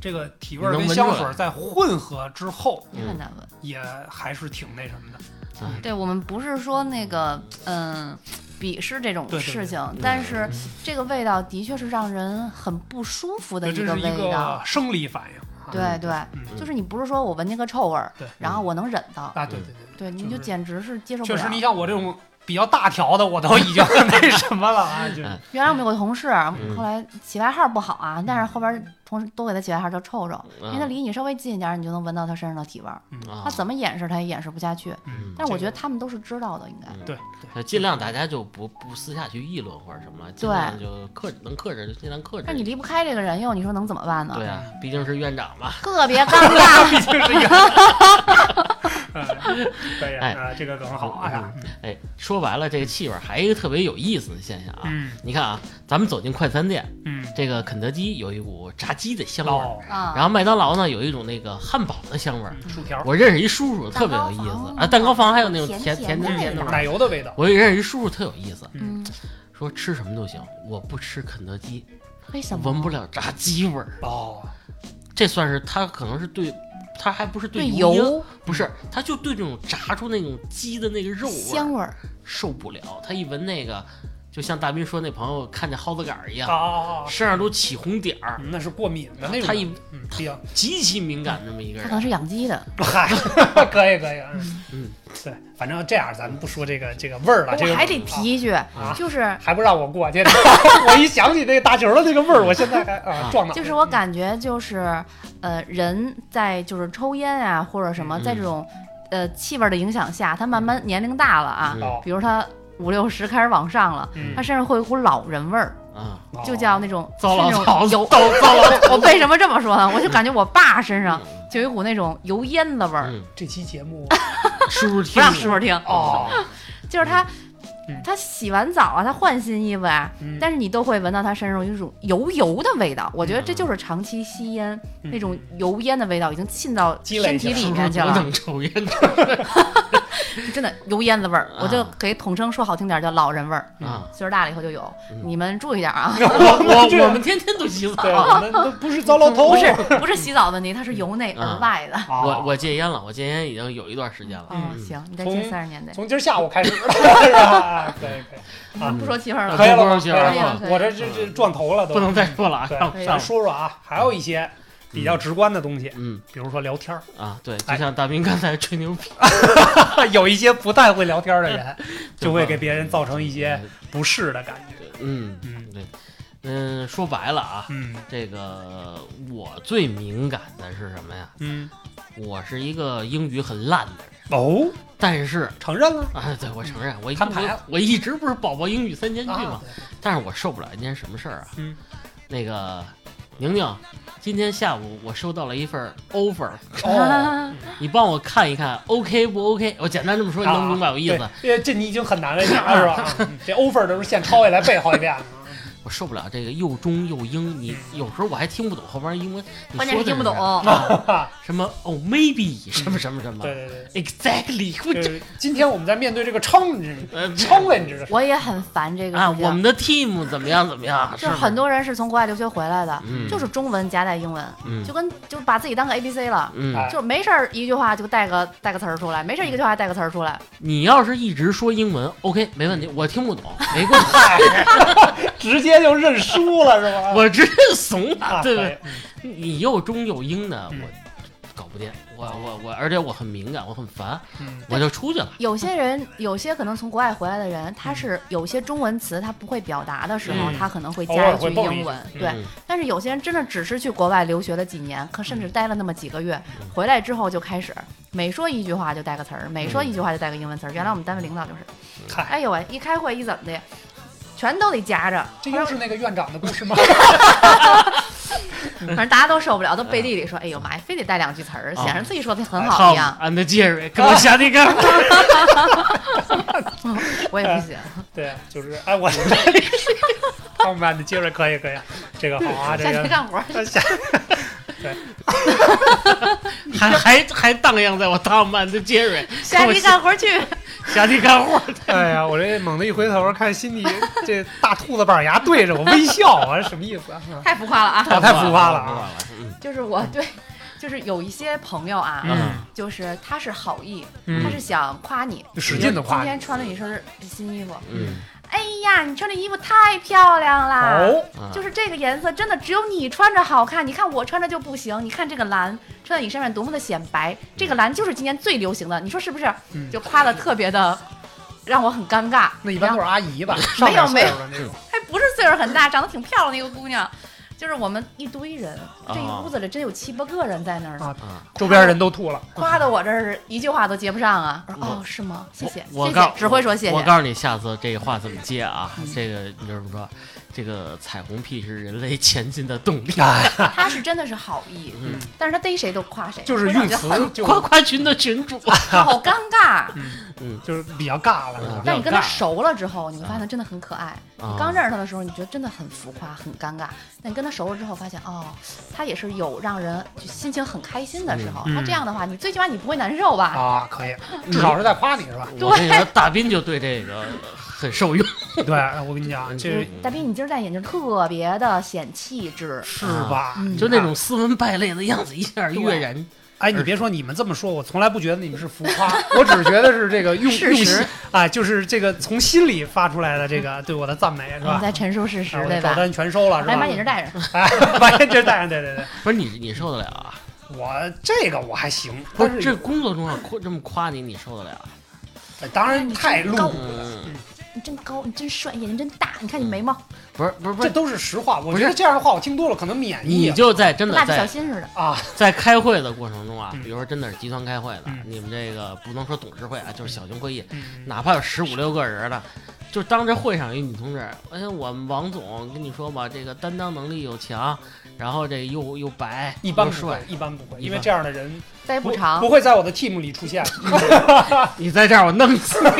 这个体味儿
能
跟
闻
香
出
水
来
在混合之后，
也很难闻。
也还是挺那什么的。
对我们不是说那个嗯鄙视这种
对对对
事情，但是这个味道的确是让人很不舒服的
这
一
是一
味
个啊
道。
生理反应。啊
对对，
嗯
就是你不是说我闻见个臭味儿
对，
然后我能忍到，
啊，对对对
对，你
就
就是简直是接受
对，确
不
实，你
了。
像我这种比较大条的，我都已经 那什么了 啊，就是
哎
原来我们有个同事，后来起外号不好啊，但是后边同事都给他起外号叫臭臭，因
哎
为他离你稍微近一点，你就能闻到他身上的体味儿。
嗯啊
他怎么掩饰他也掩饰不下去，
嗯
但是我
这
觉
个
得他们都是知道的，应该。
嗯
对
呃尽量大家就不不私下去议论或者什么了，尽
对
量就克能克制就尽量克制。
但你离不开这个人又，你说能怎么办呢？
对啊，毕竟是院长嘛。
特别尴尬。
啊毕竟是一个。 嗯可以
哎
啊，这个梗好啊。
哎，说白了，这个气味儿还有一个特别有意思的现象啊。
嗯
你看啊，咱们走进快餐店，
嗯，
这个肯德基有一股炸鸡的香味儿，
老
啊，
然后麦当劳呢有一种那个汉堡的香味儿。
薯条，
我认识一叔叔特别有意思啊，蛋
蛋
糕
糕
房
房
还有那种甜
甜
甜
甜的
甜
那
的味
种
儿。
奶油的味道。
我认识一叔叔特有意思，
嗯，
说吃什么都行，我不吃肯德基，
为什么
闻不了炸鸡味儿。
哦，
这算是他可能是对，他还不是
对
油烟，
油
不是，他就对这种炸出那种鸡的那个肉味儿
香味儿？
受不了。他一闻那个，就像大斌说那朋友看见蒿子杆儿一
啊
样，
啊啊！
身上都起红点儿，
那是过敏的那种。
他一
嗯，比较
极其敏感这么一个
他可能
人。
是养鸡的，
嗨， 可以可以，
嗯，
对，反正这样，咱们不说这个这个味儿了，这
我
个
还得提一句，
啊
就是
还不让我过，这 我一想起那个大球的那个味儿，我现在还啊
啊
撞脑
就是我感觉就是呃，人在就是抽烟啊或者什么，
嗯
在这种呃气味的影响下，他慢慢年龄大了啊，
嗯
哦，
比如他五六十开始往上了，
嗯
他身上会有一股老人味儿，
啊，
哦
就叫那种
糟
是
老
那
头
种
子，
油
糟。糟老头子
我为什么这么说呢？我就感觉我爸身上就有一股那种油烟的味儿，
嗯，
这期节 目
是
不
不是听
让师傅听，
哦，
就是他
嗯。
他洗完澡啊，他换新衣服啊，
嗯
但是你都会闻到他身上有一种油油的味道。我觉得
嗯
这就是长期吸烟
嗯
那种 油烟的味道已经沁到
积累
身体
起来
里
是不
面
是
去
不
了，
能抽烟？
真的油烟的味儿
嗯啊。
我就给统称说好听点儿叫老人味儿，
啊，
岁数大了以后就有，
嗯
你们注意点儿啊。
我
这
我
个
我们天天都洗澡。
对，我们都不是糟老头，
不是不是洗澡问题，它是由内而
啊
外的。
啊，
我我戒烟了，我戒烟已经有一段时间了。
哦，
嗯
行，你再
从
戒三十年得，
从今儿下午开始 了，是吧？哎可以可 以，
不说气味
啊
了。
可以了吧
多少钱
可以了
啊？
我这这这撞头了都，
不能再说了啊！
对
上
可以
咱
上，
说说啊，还有一些比较直观的东西，
嗯
比如说聊天儿，
啊，对，就
哎
像大兵刚才吹牛逼，
有一些不太会聊天的人，就会给别人造成一些不适的感觉。
嗯
嗯
嗯，说白了啊，
嗯
这个我最敏感的是什么呀？
嗯，
我是一个英语很烂的人，
哦，
但是
承认了
啊，对我承认，我一
摊牌了
我我一直不是宝宝英语三千句
啊
嘛，，但是我受不了一件什么事儿啊？
嗯，
那个宁宁，今天下午我收到了一份 offer，
哦，
你帮我看一看，OK 不 OK？我简单这么
啊
说，你能明白我意思？
啊对这你已经很难为你了， 是吧？嗯这 offer 的时候现抄下来背好几遍了。
我受不了这个又中又英，你有时候我还听不懂后边英文，你
关键
说
是
的
听不懂嗯
什么啊什么哦 maybe 什么什么什么
对对对。
exactly 我
就
这
是今天我们在面对这个 challenge
呃这
challenge 的时候
我也很烦这个
啊
事情
我们的 team 怎么样怎么样？
就是很
多
多人是从国外留学回来的，
嗯
就是中文夹带英文，
嗯
就跟就把自己当个 A B C 了，
嗯，
哎
就是没事儿一句话就带个带个词儿出来，没事儿一个
嗯
句话带个词儿出来，
你要是一直说英文，OK 没问题，我听不懂，没关 系，
嗨，直接就认输了是吧？
我直接怂
啊
了，对不
可以？
对你又中又英的，
嗯
我搞不定，我我我，而且我很敏感，我很烦，
嗯
我就出去了。
有些人，有些可能从国外回来的人，
嗯
他是有些中文词他不会表达的时候，
嗯
他可能会
偶
加
尔
一句
会蹦一
英文。
句
对
嗯，
但是有些人真的只是去国外留学了几年，可
嗯
甚至待了那么几个月
嗯，
回来之后就开始每说一句话就带个词儿，每说一句话就带个英文词儿。原来我们单位领导就是，
嗯嗨，
哎呦喂，一开会一怎么的，全都得夹着，
这又是那个院长的故 事吗？嗯
反正大家都受不了，都背地里说，哎呦妈呀，非得带两句词儿，
啊
显
哦
示自己说的
哎
很好一样。
，and Jerry，跟我下地干。
我
嗯
也不行，
对，就是哎，我胖版的接着可以可以，这个好啊，这
下去
个
干活。
下
还还还荡漾在我当班的 杰瑞，
下地 干活去，
下地干活。
哎呀，我这猛地一回头，看心里这大兔子板牙对着我微笑啊，什么意思啊？
嗯
太浮夸了啊！
太浮夸了啊！
啊！
就是我对，就是有一些朋友啊，
嗯
就是他是好意，
嗯
他是想夸你，
就使劲的夸
今
你
天穿了一身新衣服，
嗯，
哎呀，你穿这衣服太漂亮啦！
哦，
啊
就是这个颜色，真的只有你穿着好看。你看我穿着就不行。你看这个蓝穿在你身上多么的显白，这个蓝就是今年最流行的，你说是不是？
嗯
就夸的特别的，让我很尴尬。
那一般都
然后
是阿姨吧，上
没有
点岁数的那种。
还不是岁数很大，长得挺漂亮的一个姑娘，就是我们一堆人，这一屋子里真有七八个人在那儿呢。
啊
啊，
周边人都吐了，
夸的我这儿一句话都接不上啊！我说
我
哦，是吗？谢谢，
我我
谢
告
谢，只会说谢
我
谢。
告诉你，下次这个话怎么接啊？
嗯
这个你就这么说，这个彩虹屁是人类前进 的动力。
哎，
他是真的是好意，
嗯，
但是他逮谁都夸谁，
就是
会让
用
人觉得
词就
夸夸群的群主，啊
好尴尬。
就是比较尬了，是吧
嗯
但你跟他
尴尬
熟了之后，你会发现他真的很可爱。
啊
你刚认识他的时候，你觉得真的很浮夸、很尴尬。但你跟他熟了之后，发现哦，他也是有让人就心情很开心的时候。
嗯啊
他这样的话，你最起码你不会难受吧？
啊，可以，至少是在夸你是吧？
我跟你说，大斌就对这个很受用。
对，哎我跟你讲，这
大斌，你今儿戴眼镜特别的显气质，
是吧？
嗯
就那种斯文败类的样子，一下跃然
啊哎，你别说，你们这么说，我从来不觉得你们是浮夸， 我只是觉得是这个用
事
用心
实，
啊，就是这个从心里发出来的这个对我的赞美，是
你
吧？
嗯在陈述事实
啊，我
对
的
吧
表？单全收了，是
来，
吧
把？眼镜戴上。
哎， 把眼镜戴上，对对对，
不是你，你受得了啊？
我这个我还行，
不
但
是这工作中啊，夸这么夸你，你受得了啊？
当然太露骨了，
嗯，
你真高，你真帅，眼睛真大，你看你眉毛，
不是，不是，不
这
是，
都是实话。我
不
觉得
是
这样的话我听多了可能免疫
你就在真的
蜡笔小
在
新似的。
啊，
在开会的过程中啊
嗯，
比如说真的是集团开会的，
嗯
你们这个不能说董事会啊，就是小型会议，
嗯
哪怕有十五六个人的，就当着会上有女同志，哎，我们王总跟你说吧，这个担当能力又强，然后这又又白
一般
又
不会
帅，，
一般不会，
一
因为
般
这样的人
待
不
不长
不，会在我的 team 里出 现。
你在这儿我弄死你
可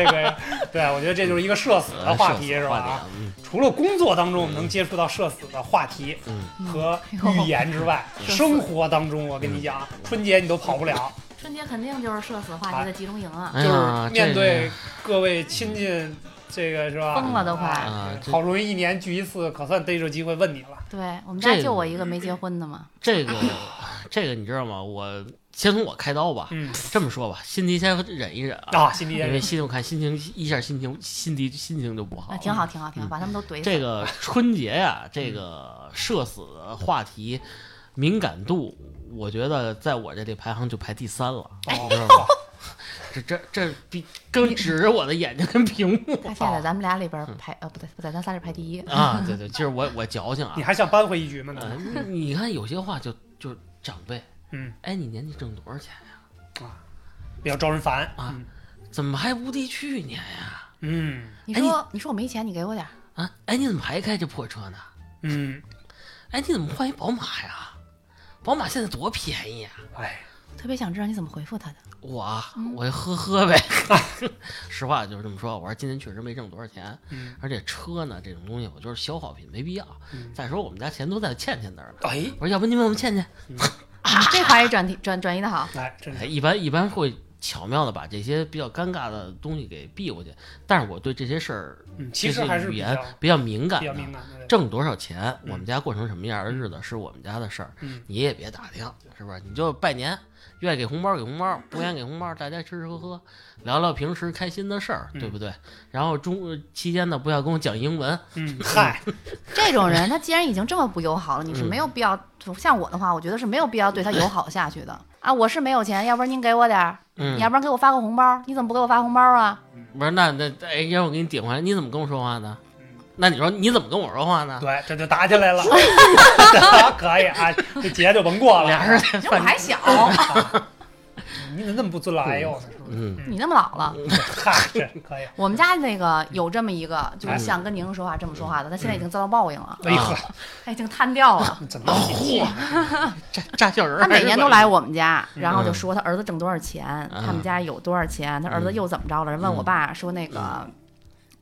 以可以，对，我觉得这就是一个社死的话题，是吧？
哎话
啊
题，嗯
除了工作当中我们能接触到社死的话题
嗯，
和语言之 外，
嗯
生活当中我跟你讲，啊
嗯
春节你都跑不了，
春节肯定就是社死话题的集中营啊！
哎
就
呀
是，面
这
对各位亲近，这个是吧？
疯了都快
哎
啊
好不容易一年聚一次，可算逮着机会问你了。
对我们家
这个
就我一个没结婚的嘛，
这个这个你知道吗？我先从我开刀吧，
嗯
这么说吧，辛迪先忍一忍啊，
啊，心里
因
也
为
是
辛迪我看心情一下心情辛迪心情就不好
啊，，挺好，挺好，挺好，
嗯
把他们都怼死。
这个春节呀、这
嗯
个社死话题敏感度，我觉得在我这里排行就排第三了，
哦
你知道吗？这这这比跟指着我的眼睛跟屏幕
他现在咱们俩里边儿排呃不对不对，咱仨是排第一。
啊，对对，就是我我矫情啊
你，还想扳回一局吗？
呃
呢，
你看有些话就就长辈，
嗯，
哎，你年纪挣多少钱呀、
比较招人烦
啊怎么还无地去年呀、
嗯
你
哎
说你说我没钱，你给我点儿。
啊？哎，你怎么还开这破车呢？
嗯，
哎，你怎么换一宝马呀？宝马现在多便宜啊！
哎，
特别想知道你怎么回复他的。
我啊我就呵呵呗， 实话就是这么说。我说今年确实没挣多少钱，
嗯
而且车呢这种东西我就是消耗品，没必要。
嗯
再说我们家钱都在倩倩那儿呢，
哎，
我说要不你问问倩倩。
啊这话也转题转转移的好，
来，真
哎，
是
一般一般会巧妙的把这些比较尴尬的东西给避过去，但是我对这些事儿，
嗯，其
这
实
些
还是
语
比
言
较
比较敏感
比较
的。
敏感的。
挣多少钱，
嗯
我们家过成什么样的日子是我们家的事儿，
嗯
你也别打听，是不是？你就拜年，愿意给红包给
嗯
红包，不愿意给红包，大家吃吃喝喝，聊聊平时开心的事儿，
嗯
对不对？然后中呃期间呢，不要跟我讲英文，
嗯，嗨，
这种人他既然已经这么不友好了，你是
嗯
没有必要。像我的话，我觉得是没有必要对他友好下去的啊。我是没有钱，要不然您给我点儿，
嗯
你要，不然给我发个红包，你怎么不给我发红包啊？
不是那那哎，让我给你顶回来，你怎么跟我说话呢？那你说你怎么跟我说话呢？
嗯对，这就打起来了， 可以啊，这节就甭过了。
俩
啊
人
人我还小，
你怎么那么不尊老爱 幼呢？
嗯，
你那么老了。
嗨，这可以。
我们家那个有这么一个，就是
嗯
像跟宁说话这么说话的，他现在已经遭到报应了，
哎呵，
啊
他已经瘫掉了。
怎么了？
哦 炸炸小人儿
他
还是晚上，
每年都来我们家，
嗯
然后就说他儿子挣多少钱，
嗯
他们家有多少钱，他儿子又怎么着了？人问我爸说那个，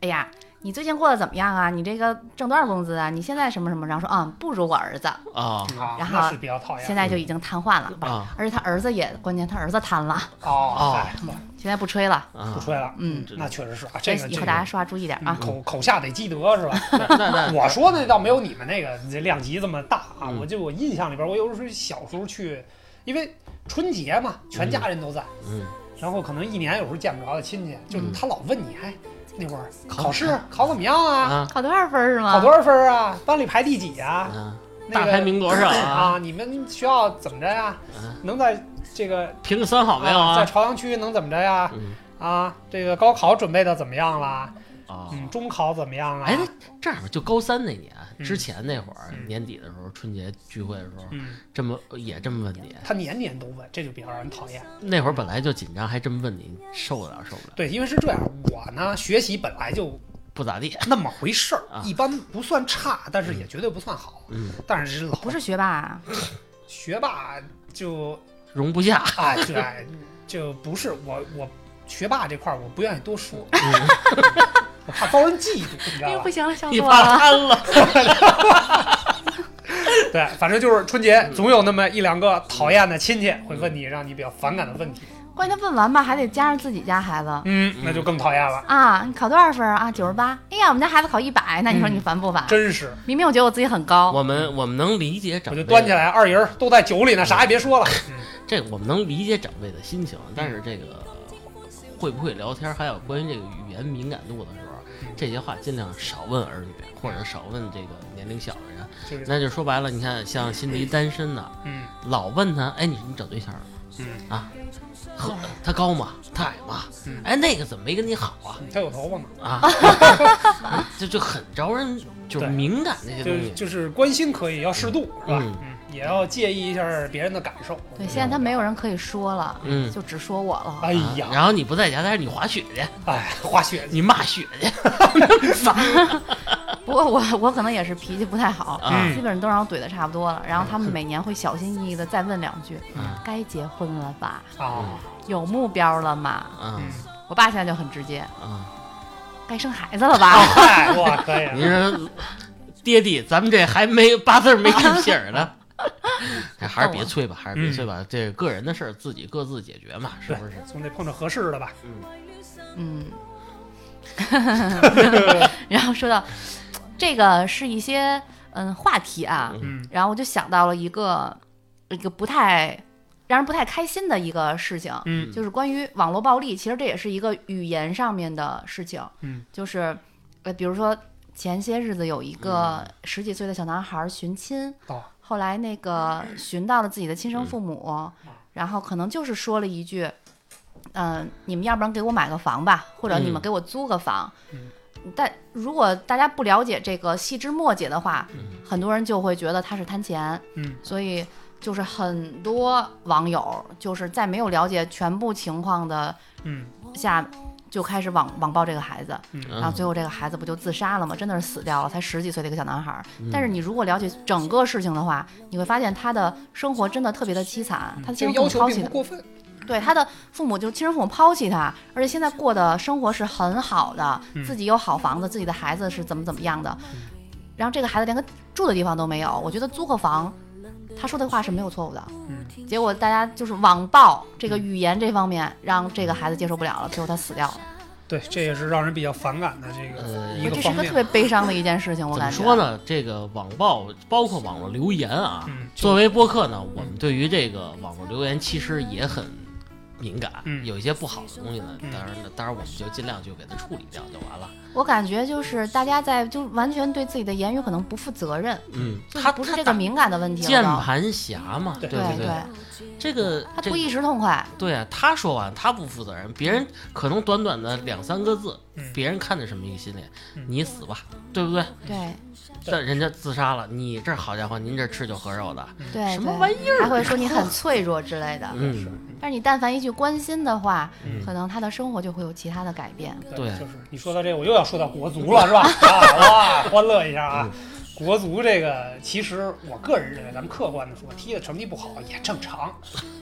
哎呀，你最近过得怎么样啊？你这个挣多少工资啊？你现在什么什么？然后说，嗯，不如我儿子，
啊
啊，
然后
那是比较讨厌
现在就已经瘫痪了，
嗯
啊
而且他儿子也，关键他儿子瘫了，
哦，嗨
现在不吹了。
不
啊！
吹了。
嗯，
那确实是啊，
所
这
以
个
以
这
后大家
个
说话注意点啊
嗯。口口下得积德是吧？
那那 那
我说的倒没有你们那个这量级这么大啊，
嗯
我就我印象里边，我有时候小时候去，因为春节嘛，全家人都在，
嗯，
然后可能一年有时候见不着的亲戚，就
嗯
他老问你，哎，那会儿
考
考试考怎么样啊？
啊
考多少分儿是吗？
考多少分儿啊？班里排第几啊？
啊，
那
大排
个
名多少啊？
啊，你们学校怎么着呀
嗯？
能在这个
评个三好没有
啊在
啊？
朝阳区能怎么着呀？
嗯
啊，这个高考准备的怎么样啦？
啊，
嗯，中考怎么样啊？
哎，那这样吧，就高三那年
嗯
之前那会儿
嗯
年底的时候，春节聚会的时候，
嗯，
这么也这么问你，
他年年都问，这就比较让人讨厌。
那会儿本来就紧张，还这么问你，受得了受不了？
对，因为是这样，我呢学习本来就
不咋地，
那么回事儿
啊，
一般不算差，但是也绝对不算好。
嗯，
但是老
不是学霸啊，
学霸就
容不下。
啊，对，就不是我我学霸这块儿我不愿意多说，我怕遭人嫉妒，你知
哎
道
呦
吧
不？行了，笑死
你
我
怕
了。
瘫了，
对，反正就是春节总有那么一两个讨厌的亲戚会问你让你比较反感的问题。
关键他问完吧，还得加上自己家孩子
嗯，那就更讨厌了，
啊，你考多少分儿啊？九十八。哎呀，我们家孩子考一百，那你说
嗯
你烦不烦？
真是，
明明我觉得我自己很高，
我们我们能理解长
我
辈，
就端起。来，二人儿都在酒里呢，啥也别说了。
这我们能理解长辈的心情，
嗯
但是这个会不会聊天，还有关于这个语言敏感度的时候，
嗯
这些话尽量少问儿女，或者少问这个年龄小的人。
就是，
嗯那就说白了，你看像辛迪单身的，
嗯
老问他，哎，你你找对象了吗
嗯，
啊？呵，他高吗？他矮吗
嗯？
哎，那个怎么没跟你好啊？
他有头发吗？
啊， 就就很招人就是
对
敏感这些
就
东
是
西。
就是关心可以，要适度，是吧？
嗯
嗯，也要介意一下别人的感受。
对，现在他没有人可以说了，
嗯
就只说我了。
哎
啊嗯
呀，
然后你不在家，但是你滑雪去，
哎，滑雪
你骂雪去
不过我 我可能也是脾气不太好，
啊
嗯
基本上都让我怼的差不多了。然后他们每年会小心翼翼的再问两句
嗯：“
该结婚了吧？
啊，
有目标了吗
啊
嗯，？”
我爸现在就很直接
啊！：“
该生孩子了吧
哎，哇，可以
你
了，
说爹地，咱们这还没八字儿没印信 儿呢，哎还是别催
嗯
吧，还是别催吧，这个人的事儿自己各自解决嘛，是不是？
总得碰着合适的吧？？”
嗯， 然后说到这个是一些嗯话题啊，
嗯
然后我就想到了一个一个不太让人不太开心的一个事情，
嗯
就是关于网络暴力，其实这也是一个语言上面的事情。
嗯，
就是呃，比如说前些日子有一个十几岁的小男孩寻亲，
嗯哦
后来那个寻到了自己的亲生父母，
嗯
然后可能就是说了一句，嗯、你们要不然给我买个房吧，或者
嗯
你们给我租个房。
嗯
但如果大家不了解这个细枝末节的话，很多人就会觉得他是贪钱，
嗯，
所以就是很多网友就是在没有了解全部情况的
嗯
下，就开始网网暴这个孩子，然后
嗯，
最后这个孩子不就自杀了吗？真的是死掉了，才十几岁的一个小男孩儿。
嗯
但是你如果了解整个事情的话，你会发现他的生活真的特别的凄惨，他的
这
亲
个
生
要求
父母抛
并
弃
不
他，
过分。
对他的父母就是亲生父母抛弃他，而且现在过的生活是很好的，
嗯
自己有好房子，自己的孩子是怎么怎么样的，
嗯
然后这个孩子连个住的地方都没有，我觉得租个房。他说的话是没有错误的，
嗯，
结果大家就是网暴这
嗯
个语言这方面，让这个孩子接受不了了，最后他死掉了。
对，这也是让人比较反感的这个
呃
一
这是
方
一个
面。
特别悲伤的一件事情，我
怎
感
么
觉。
说呢？这个网暴，包括网络留言啊，
嗯，就嗯
作为播客呢，我们对于这个网络留言其实也很敏感，
嗯
有一些不好的东西呢，
嗯
当然，当然我们就尽量就给它处理掉就完了。
我感觉就是大家在就完全对自己的言语可能不负责任，
嗯，
就是
他
不是
他
这个
打
敏感的问题
键
了
盘侠嘛，
对
都。
对
对对，
这个
他
这
不一时痛快，
对啊，他说完他不负责任，别人可能短短的两三个字，
嗯
别人看的什么一个心理，
嗯
你死吧，对不对？
对
但人家自杀了，你这好家伙，您这吃酒喝肉的，
对，
什么
对
玩意儿啊
还会说你很脆弱之类的。
是
嗯，
但是你但凡一句关心的话，
嗯
可能他的生活就会有其他的改变。
对，
对
就是你说到这个，我又要说到国足 了，是吧？啊，哇，欢乐一下
嗯
啊！国足这个，其实我个人认为，咱们客观的说，踢的成绩不好也正常，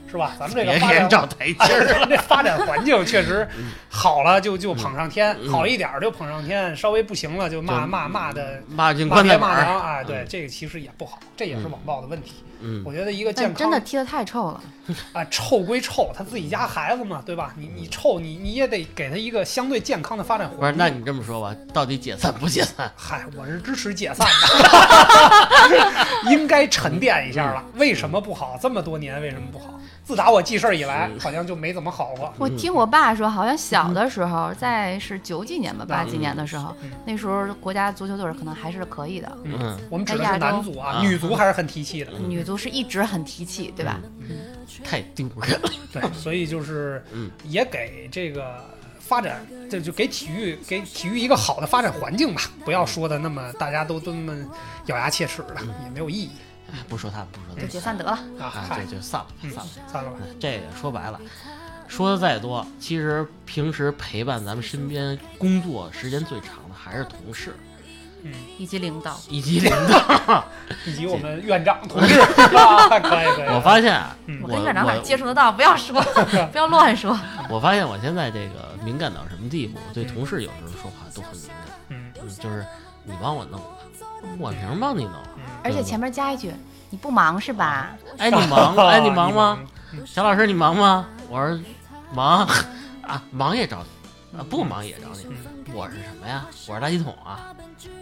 是吧？咱们这
别
个
给
发
人
展。
找台
啊
阶儿，
这发展环境确实好了就就捧上天，
嗯
好一点儿就捧上天，稍微不行了就骂
就
骂骂的
骂进
骂
棺
爹
材
骂
板儿，
娘，哎，对
嗯，
这个其实也不好，这也是网暴的问题。
嗯
我觉得一个健康
但哎真的踢得太臭了，
啊，臭归臭，他自己家孩子嘛，对吧？你你臭你你也得给他一个相对健康的发展
不是，
环境。
那你这么说吧，到底解散不解 散？
嗨，我是支持解散的， 应该沉淀一下了。
嗯
为什么不好？这么多年为什么不好？自打我记事儿以来，好像就没怎么好过。
我听我爸说，好像
嗯
小的时候，在是九几年吧，八几年的时候
嗯，
那时候国家足球队可能还是可以的，
嗯，
我们指的是男足啊，
在亚洲
女足还是很提气
嗯
的。
女足是一直很提气，对吧？
太丢人了，
对，所以就是
嗯，
也给这个发展，这就给体育给体育一个好的发展环境吧，不要说的那么大家都都那么咬牙切齿的，也没有意义
哎不说他们，不说他
就
们
解散得了。
啊。
嗯啊，
嗨
这就散了吧，
嗯
散了吧。
算了吧，
这个说白了，说的再多，其实平时陪伴咱们身边工作时间最长的还是同事
嗯，
以及领导，
以及领导。
以及我们院长同 志，啊可以可以。
我发现啊
嗯，
我
我
跟院长哪
我嗯
接触得到？不要 说，不要乱说。
我发现我现在这个敏感到什么地步？我对同事有时候说话都很敏感，
嗯
嗯，就是你帮我弄吧，我凭什么帮你弄啊？
嗯，
而且前面加一句，你不忙是吧？
啊哎，你忙吗？哎，你忙吗？
嗯？
小老师，你忙吗？我说忙啊，忙也找你啊，不忙也找你。我是什么呀？我是垃圾桶啊！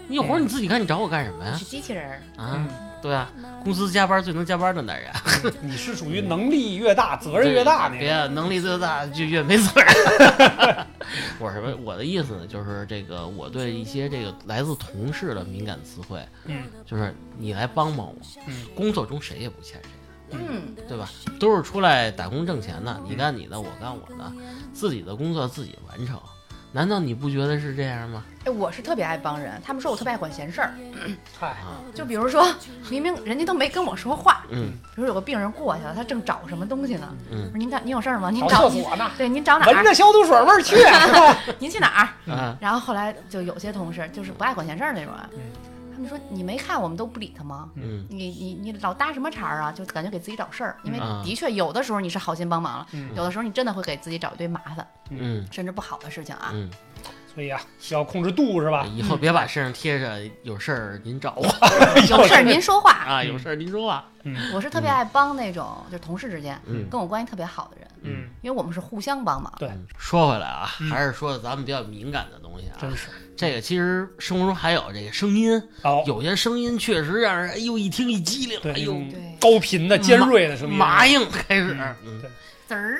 你有活儿你自己干，你找我干什么
你
呀
是？机器人儿，
啊，
嗯
对啊，公司加班最能加班的男人，啊
你是属于能力越大责任越大那
别
个。
能力越大就越没责任。 我什么？我的意思呢，就是这个，我对一些这个来自同事的敏感词汇，
嗯
就是你来帮帮我。
嗯
工作中谁也不欠谁。
嗯，
对吧？都是出来打工挣钱的，你干你的，我干我的，自己的工作自己完成。难道你不觉得是这样吗？
哎，我是特别爱帮人，他们说我特别爱管闲事儿，
嗨，
啊，
就比如说，明明人家都没跟我说话，
嗯
比如有个病人过去了，他正找什么东西呢，我
嗯
说您干您有事儿吗？您
找
找
厕所呢，
对，您找哪
闻
儿？
着消毒水味 儿去。是吧
您去哪儿？
嗯
啊，
然后后来就有些同事就是不爱管闲事儿那种人
嗯，
他们说你没看我们都不理他吗？
嗯
你你你老搭什么茬儿啊？就感觉给自己找事儿，因为
嗯
的确有的时候你是好心帮忙了，
嗯
有的时候你真的会给自己找一堆麻烦，
嗯
甚至不好的事情啊。
嗯，
所以啊，需要控制度是吧？
以后别把身上贴着“有事儿您找我
有事儿您说”话，
啊，有事儿您说话。
嗯
我是特别爱帮那种就是同事之间
嗯
跟我关系特别好的人，
嗯，
因为我们是互相帮忙。
对，
嗯说回来啊，
嗯
还是说咱们比较敏感的东西啊。
真是。
这个其实生活中还有这个声音，
好，
有些声音确实让人哎呦一听一激灵，
对
哎呦
那种
对，
高频的尖锐的声音。啊
麻硬开始，
嗯
嗯
对
滋儿，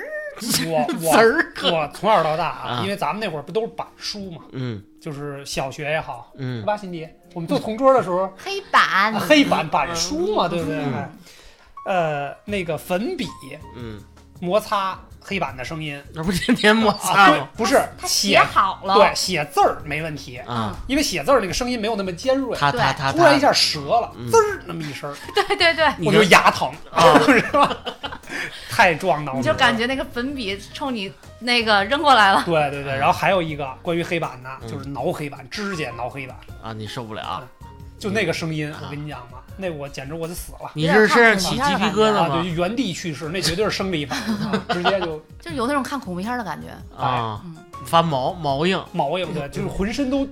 我
滋
我
儿，
我从小到大啊，
啊
因为咱们那会儿不都是板书嘛，
嗯
就是小学也好，是
嗯
吧，辛迪？我们坐同桌的时候，
啊黑板，
黑板板书嘛，对不对？
嗯
呃，那个粉笔
嗯，
摩擦黑板的声音
那不天天摩
啊，
擦
对
吗？
不是
他
写
写好了，
对写字儿没问题，
啊，
因为写字儿那个声音没有那么尖锐，
他
对
他他
突然一下折了，
嗯
滋儿那么一声儿，
对对对，
你
我就牙疼啊， 是吧？太撞脑子了，
你就感觉那个粉笔冲你那个扔过来了，
对对对，然后还有一个关于黑板的，
嗯
就是挠黑板，指甲挠黑板，
啊，你受不了，
就那个声音，
啊
我跟你讲吧，那我简直我就死了
你是身上起鸡皮疙瘩
啊！对，
吗？
就原地去世，那绝对是生理反应，啊直接就
就有那种看恐怖片的感觉。
啊
嗯，
发毛毛硬，
毛也不对，就是浑身都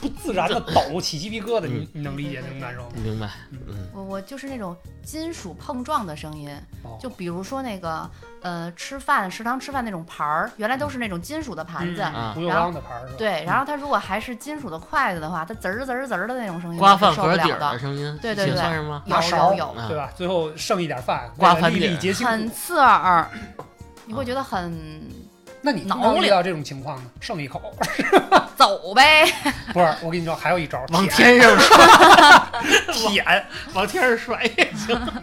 不自然的抖，起鸡皮疙瘩，你
嗯
你能理解那种感受吗？
明白？嗯
我我就是那种金属碰撞的声音
哦，
就比如说那个呃吃饭食堂吃饭那种盘儿，原来都是那种金属的盘子，
嗯
啊
不锈钢的牌儿是吧？
对，然后它如果还是金属的筷子的话，它滋儿滋儿滋儿的那种声音，
刮
我
饭
嗯是受不
盒底
了
儿的
的，
声音，
对对对
也算 是吗？
拿勺
有有有，
啊
对吧？最后剩一点饭，
刮
为了
翻
粒粒
点
皆辛
很
苦。
刺耳，你会觉得很
那你
挠
通常遇
了
到这种情况呢？剩一口
走呗，
不是？我跟你说，还有一招，
往
舔
天上甩，
舔。
往天上甩也行。
嗯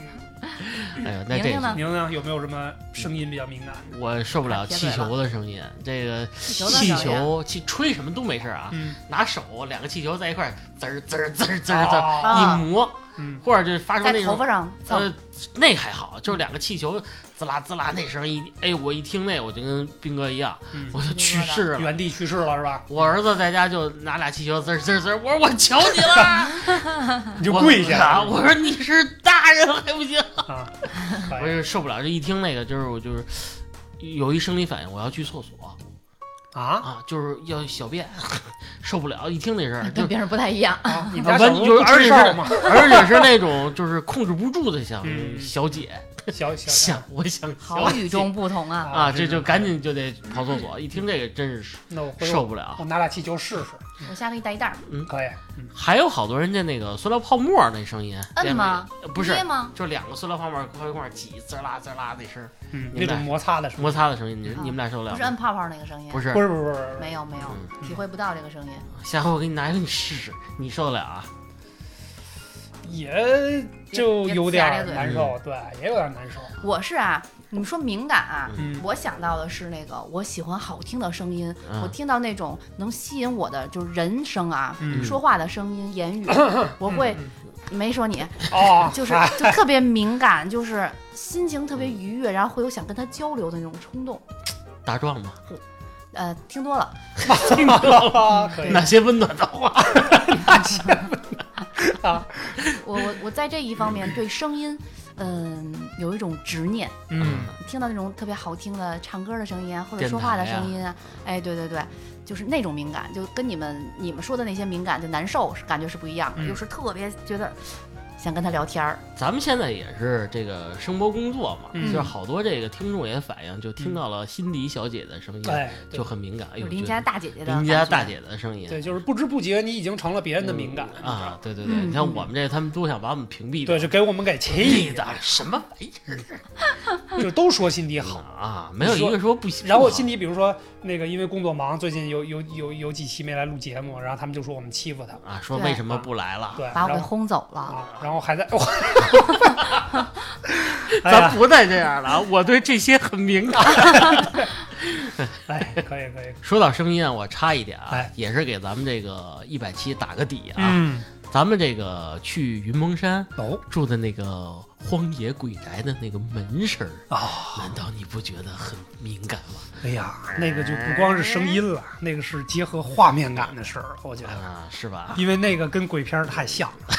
哎呦，那
宁
这
宁呢？
宁宁有没有什么声音比较敏感？
我受不了
太贴
气
嘴了
球的声音，这个
球的
气
声音
球气吹什么都没事儿啊，
嗯
拿手两个气球在一块儿滋儿滋儿滋儿滋儿滋儿
啊，
啊
一磨，
嗯，
或者就发出
在
那
头
种
发上蹭，
呃，那还好，就是两个气球滋啦滋啦那声一，哎，我一听那我就跟斌哥一样，
嗯
我就去世了。
原地去世了是吧？
我儿子在家就拿俩气球滋儿滋儿滋儿，我说我求你了，
你就跪下
我我说你是大人还不行，
啊！
我
哎
是受不了，这一听那个就是我就是有一生理反应，我要去厕所
啊
啊，就是要小便，受不了，一听那声儿 就
跟。别人不太一样。
啊！你们
啊
家
完
小时候
就是
不
而
吃
且
哨
是
吗？
而且是那种就是控制不住的想
嗯
小姐
小小
想我想
好
小姐
与众不同啊！
啊，这就赶紧就得跑厕所，一听这个真是
那我回头
受不
哦
了。
我拿俩气球试试，
我下个给你带一袋儿，
可以。嗯
还有好多人家那个塑料泡沫那声音，
摁吗
呃？不是
捏，吗？
就两个塑料泡沫儿快一块儿挤，滋啦滋啦那声儿，
嗯，
明
那
白
种摩擦的声音，
摩擦的声音，你
啊
你们俩受得
不
了
是摁
吗？
泡泡那个声音，
不是
不，是不是不是，
没有没有，
嗯
体会不到这个声音。
下嗯回我给你拿一个你试试，你受得了啊？
也就有点
别
难受，对，也有点难受。
我是啊，你们说敏感啊，
嗯，
我想到的是那个，我喜欢好听的声音，
嗯
我听到那种能吸引我的就是人声啊，
嗯
说话的声音、言语，我会
嗯
没说你，
哦，
就是
哎
就特别敏感，就是心情特别愉悦，然后会有想跟他交流的那种冲动。
打撞吧，
呃，听多了，
可以
哪些温暖的话？
我我我在这一方面对声音，嗯，有一种执念。
嗯，
听到那种特别好听的唱歌的声音啊，或者说话的声音啊，哎，对对对，就是那种敏感，就跟你们你们说的那些敏感就难受是感觉是不一样的，
嗯
就是特别觉得想跟他聊天儿。
咱们现在也是这个声波工作嘛，
嗯
就是好多这个听众也反映，就听到了辛迪小姐的声音，
哎，对
就很敏感。哎呦，
嗯有邻
觉
家
得
大姐姐的感觉，
邻家大姐的声音，
对，就是不知不觉你已经成了别人的敏感，
啊，对对对，
嗯
你看我们这，他们都想把我们屏蔽
对，
掉。
就给我们给
哎
气
屁的，什么
哎
玩意儿
嗯
的，就都说辛迪好。
啊？没有一个说不行。啊
然后辛迪，比如说那个，因为工作忙，最近有有有有几期没来录节目，然后他们就说我们欺负他，
啊，说
对
为什么不来了？
对，
把我
然
给
后
轰走了。
啊，然后 还在，哎
咱
呀，
不再这样了，我对这些很敏感。
哎，可以可以，
说到声音啊，我插一点啊
哎，
也是给咱们这个一百期打个底啊。
嗯，
咱们这个去云蒙山
哦
住的那个荒野鬼宅的那个门声儿，
啊，
难道你不觉得很敏感吗？
哎呀，
嗯
那个就不光是声音了，那个是结合画面感的事儿，我觉得，
啊，是吧？
因为那个跟鬼片儿太像了。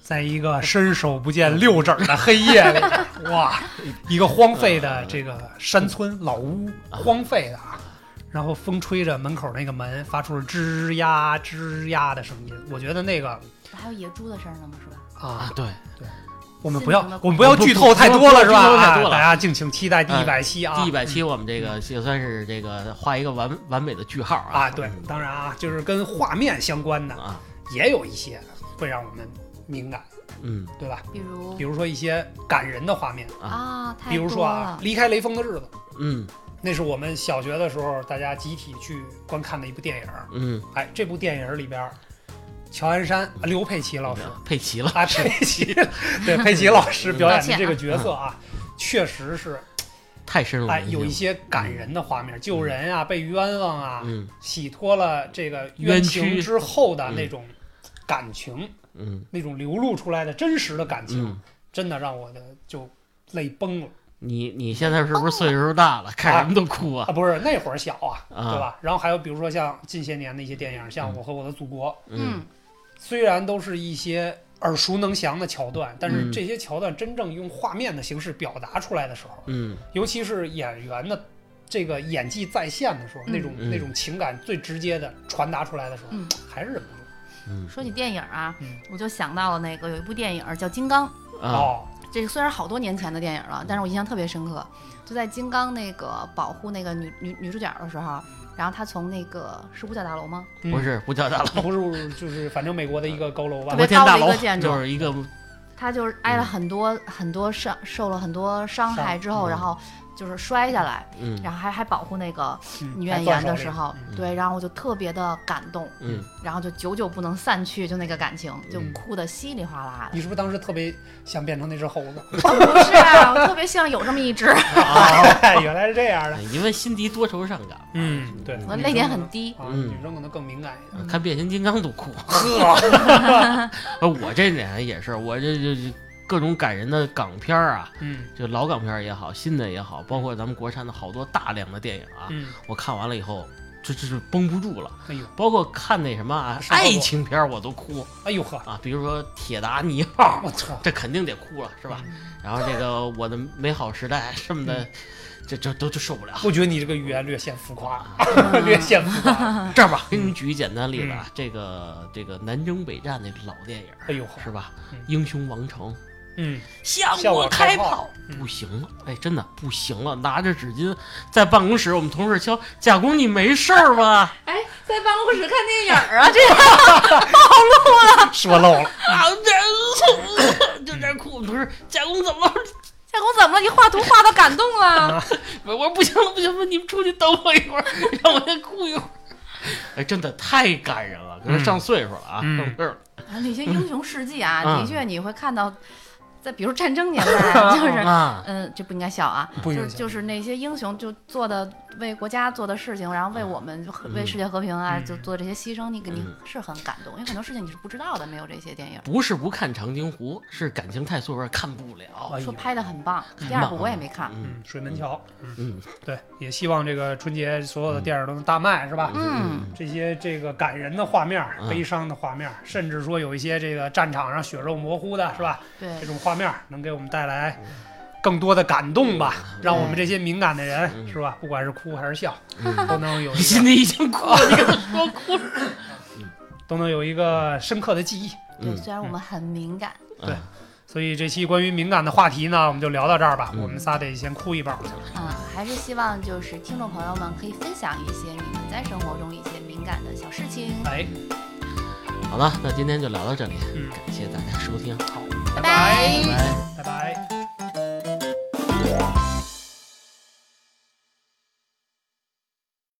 在一个伸手不见六指儿的黑夜里，哇，一个荒废的这个山村老屋，荒废的啊，然后风吹着门口那个门，发出了吱呀吱呀的声音。我觉得那个
还有野猪的声儿呢吗？是吧？
啊
啊，，对，
我们不要
心疼的，
我们不要
不
剧
不
透太
不
多
不
了，是吧？
剧透太多
啊
了
大家敬请期待第一
嗯
百期啊，
第一百期我们这个也算是这个画一个完完美的句号啊。
啊，对，当然啊，就是跟画面相关的
啊，
也有一些会让我们敏感，
嗯
对吧？
比如
比如说一些感人的画面，
啊，太
比如说啊，
多了
离开雷锋的日子，
嗯
那是我们小学的时候大家集体去观看的一部电影儿。
嗯，
哎，这部电影里边儿，乔安山、啊刘佩琦老师
配齐嗯了。
啊，佩奇，对佩奇老师表演的
道歉啊
这个角色啊，确实是
太深入
哎
人心
有
了
一些感人的画面，救人啊，被冤枉啊，
嗯
洗脱了这个
冤
情
屈
之后的那种感情，
嗯
那种流露出来的真实的感情，
嗯，
真的让我的就泪崩了
你你现在是
哦
不是岁数大了，看什么都哭
啊！
啊？
不是那会儿小啊，
啊
对吧？然后还有比如说像近些年的一些电影，像《我和我的祖国》，
嗯，
嗯，
虽然都是一些耳熟能详的桥段，但是
嗯
这些桥段真正用画面的形式表达出来的时候，
嗯
尤其是演员的这个演技在线的时候，
嗯
那种
嗯
那种情感最直接的传达出来的时候，
嗯
还是忍不住
嗯
说起电影啊
嗯，
我就想到了那个有一部电影叫《金刚》，
啊
哦，
这个虽然好多年前的电影了，但是我印象特别深刻，就在金刚那个保护那个女女女主角的时候，然后他从那个是五角大楼吗？
嗯
不是不叫大楼，
不是，就是反正美国的一个高楼吧
特
摩
别，
天大
高
楼
的一个建筑
就是一个
他就是
嗯
挨了很多、很多伤，受了很多伤害之
伤
后，
嗯
然后就是摔下来，
嗯
然后还还保护那个
嗯
女
还
演
断
员
手
的
里
时候，
嗯
对，然后我就特别的感动，
嗯
然后就久久不能散去，就那个感情，就
嗯
哭得稀里哗啦的。
你是不是当时特别想变成那只猴子？
不是啊，我特别希望有这么 一只，
啊， 原来是这样的。
因为辛迪多愁善感，
嗯，对，
我
女
泪点
生可
很
能
低。
啊，
嗯
女生可能更敏感一点。
呃看变形金刚都哭。
呵，
呃我这脸也是，我这这这各种感人的港片儿啊，
嗯
就老港片儿也好，新的也好，包括咱们国产的好多大量的电影啊，
嗯，
我看完了以后，这这是绷不住了。
哎呦
包括看那什么啊
是吗
爱情片儿我都哭
哎呦呵，
啊，比如说《铁达尼号
我操》，，
这肯定得哭了，是吧？然后这个《我的美好时代》什么的，这这都就受不了。
我觉得你这个语言略显浮夸，
啊
略显浮 夸。
这样吧，给你们举一简单例子啊，这个这个南征北战那个老电影
哎呦，
是吧？
嗯
英雄王城》
嗯，
向
向我开
开
炮嗯
不行了，哎，真的不行了，拿着纸巾在办公室，我们同事敲贾工，你没事儿吧？
哎，在办公室看电影啊，这个
说漏了。
啊，这就在哭，不是贾工怎么了？
夏红怎么了？你画图画到感动 了，
我我说不行了，不行了，你们出去等我一会儿，让我先哭一会儿。哎，真的太感人了，可能上岁数了啊，
嗯
上岁数了
那些英雄事迹啊，
嗯
的确你会看到，在比如战争年代， 就是。
啊，
嗯，这不应该笑啊，
不应
就
该
是
笑
就是那些英雄就做的为国家做的事情，然后为我们和、为世界和平啊，
嗯
就做这些牺牲，你肯定
嗯
是很感动，因为很多事情你是不知道的，没有这些电影。
不是不看长津湖，是感情太脆弱，看不了。
哎呦，
说拍的很棒，
很
第二
棒
部我也没看，
嗯
嗯，水门桥。嗯，
嗯，
对，也希望这个春节所有的电影都能大卖，是吧？
嗯，
这些这个感人的画面、悲伤的画面，甚至说有一些这个战场上血肉模糊的，是吧？
对
这，种画面能给我们带来更多的感动吧，让我们这些敏感的人，
嗯
是吧？不管是哭还是笑，
嗯
都能有一
心
个
里已经哭
啊
了，你跟他说哭了。
都能有一个深刻的记忆。
对，
嗯
虽然我们很敏感，
对
嗯
所以这期关于敏感的话题呢，我们就聊到这儿吧。
嗯
我们仨得先哭一棒去了。
嗯，还是希望就是听众朋友们可以分享一些你们在生活中一些敏感的小事情。
哎，
嗯好了，那今天就聊到这里，
嗯
感谢大家收听，好，
拜拜
拜拜。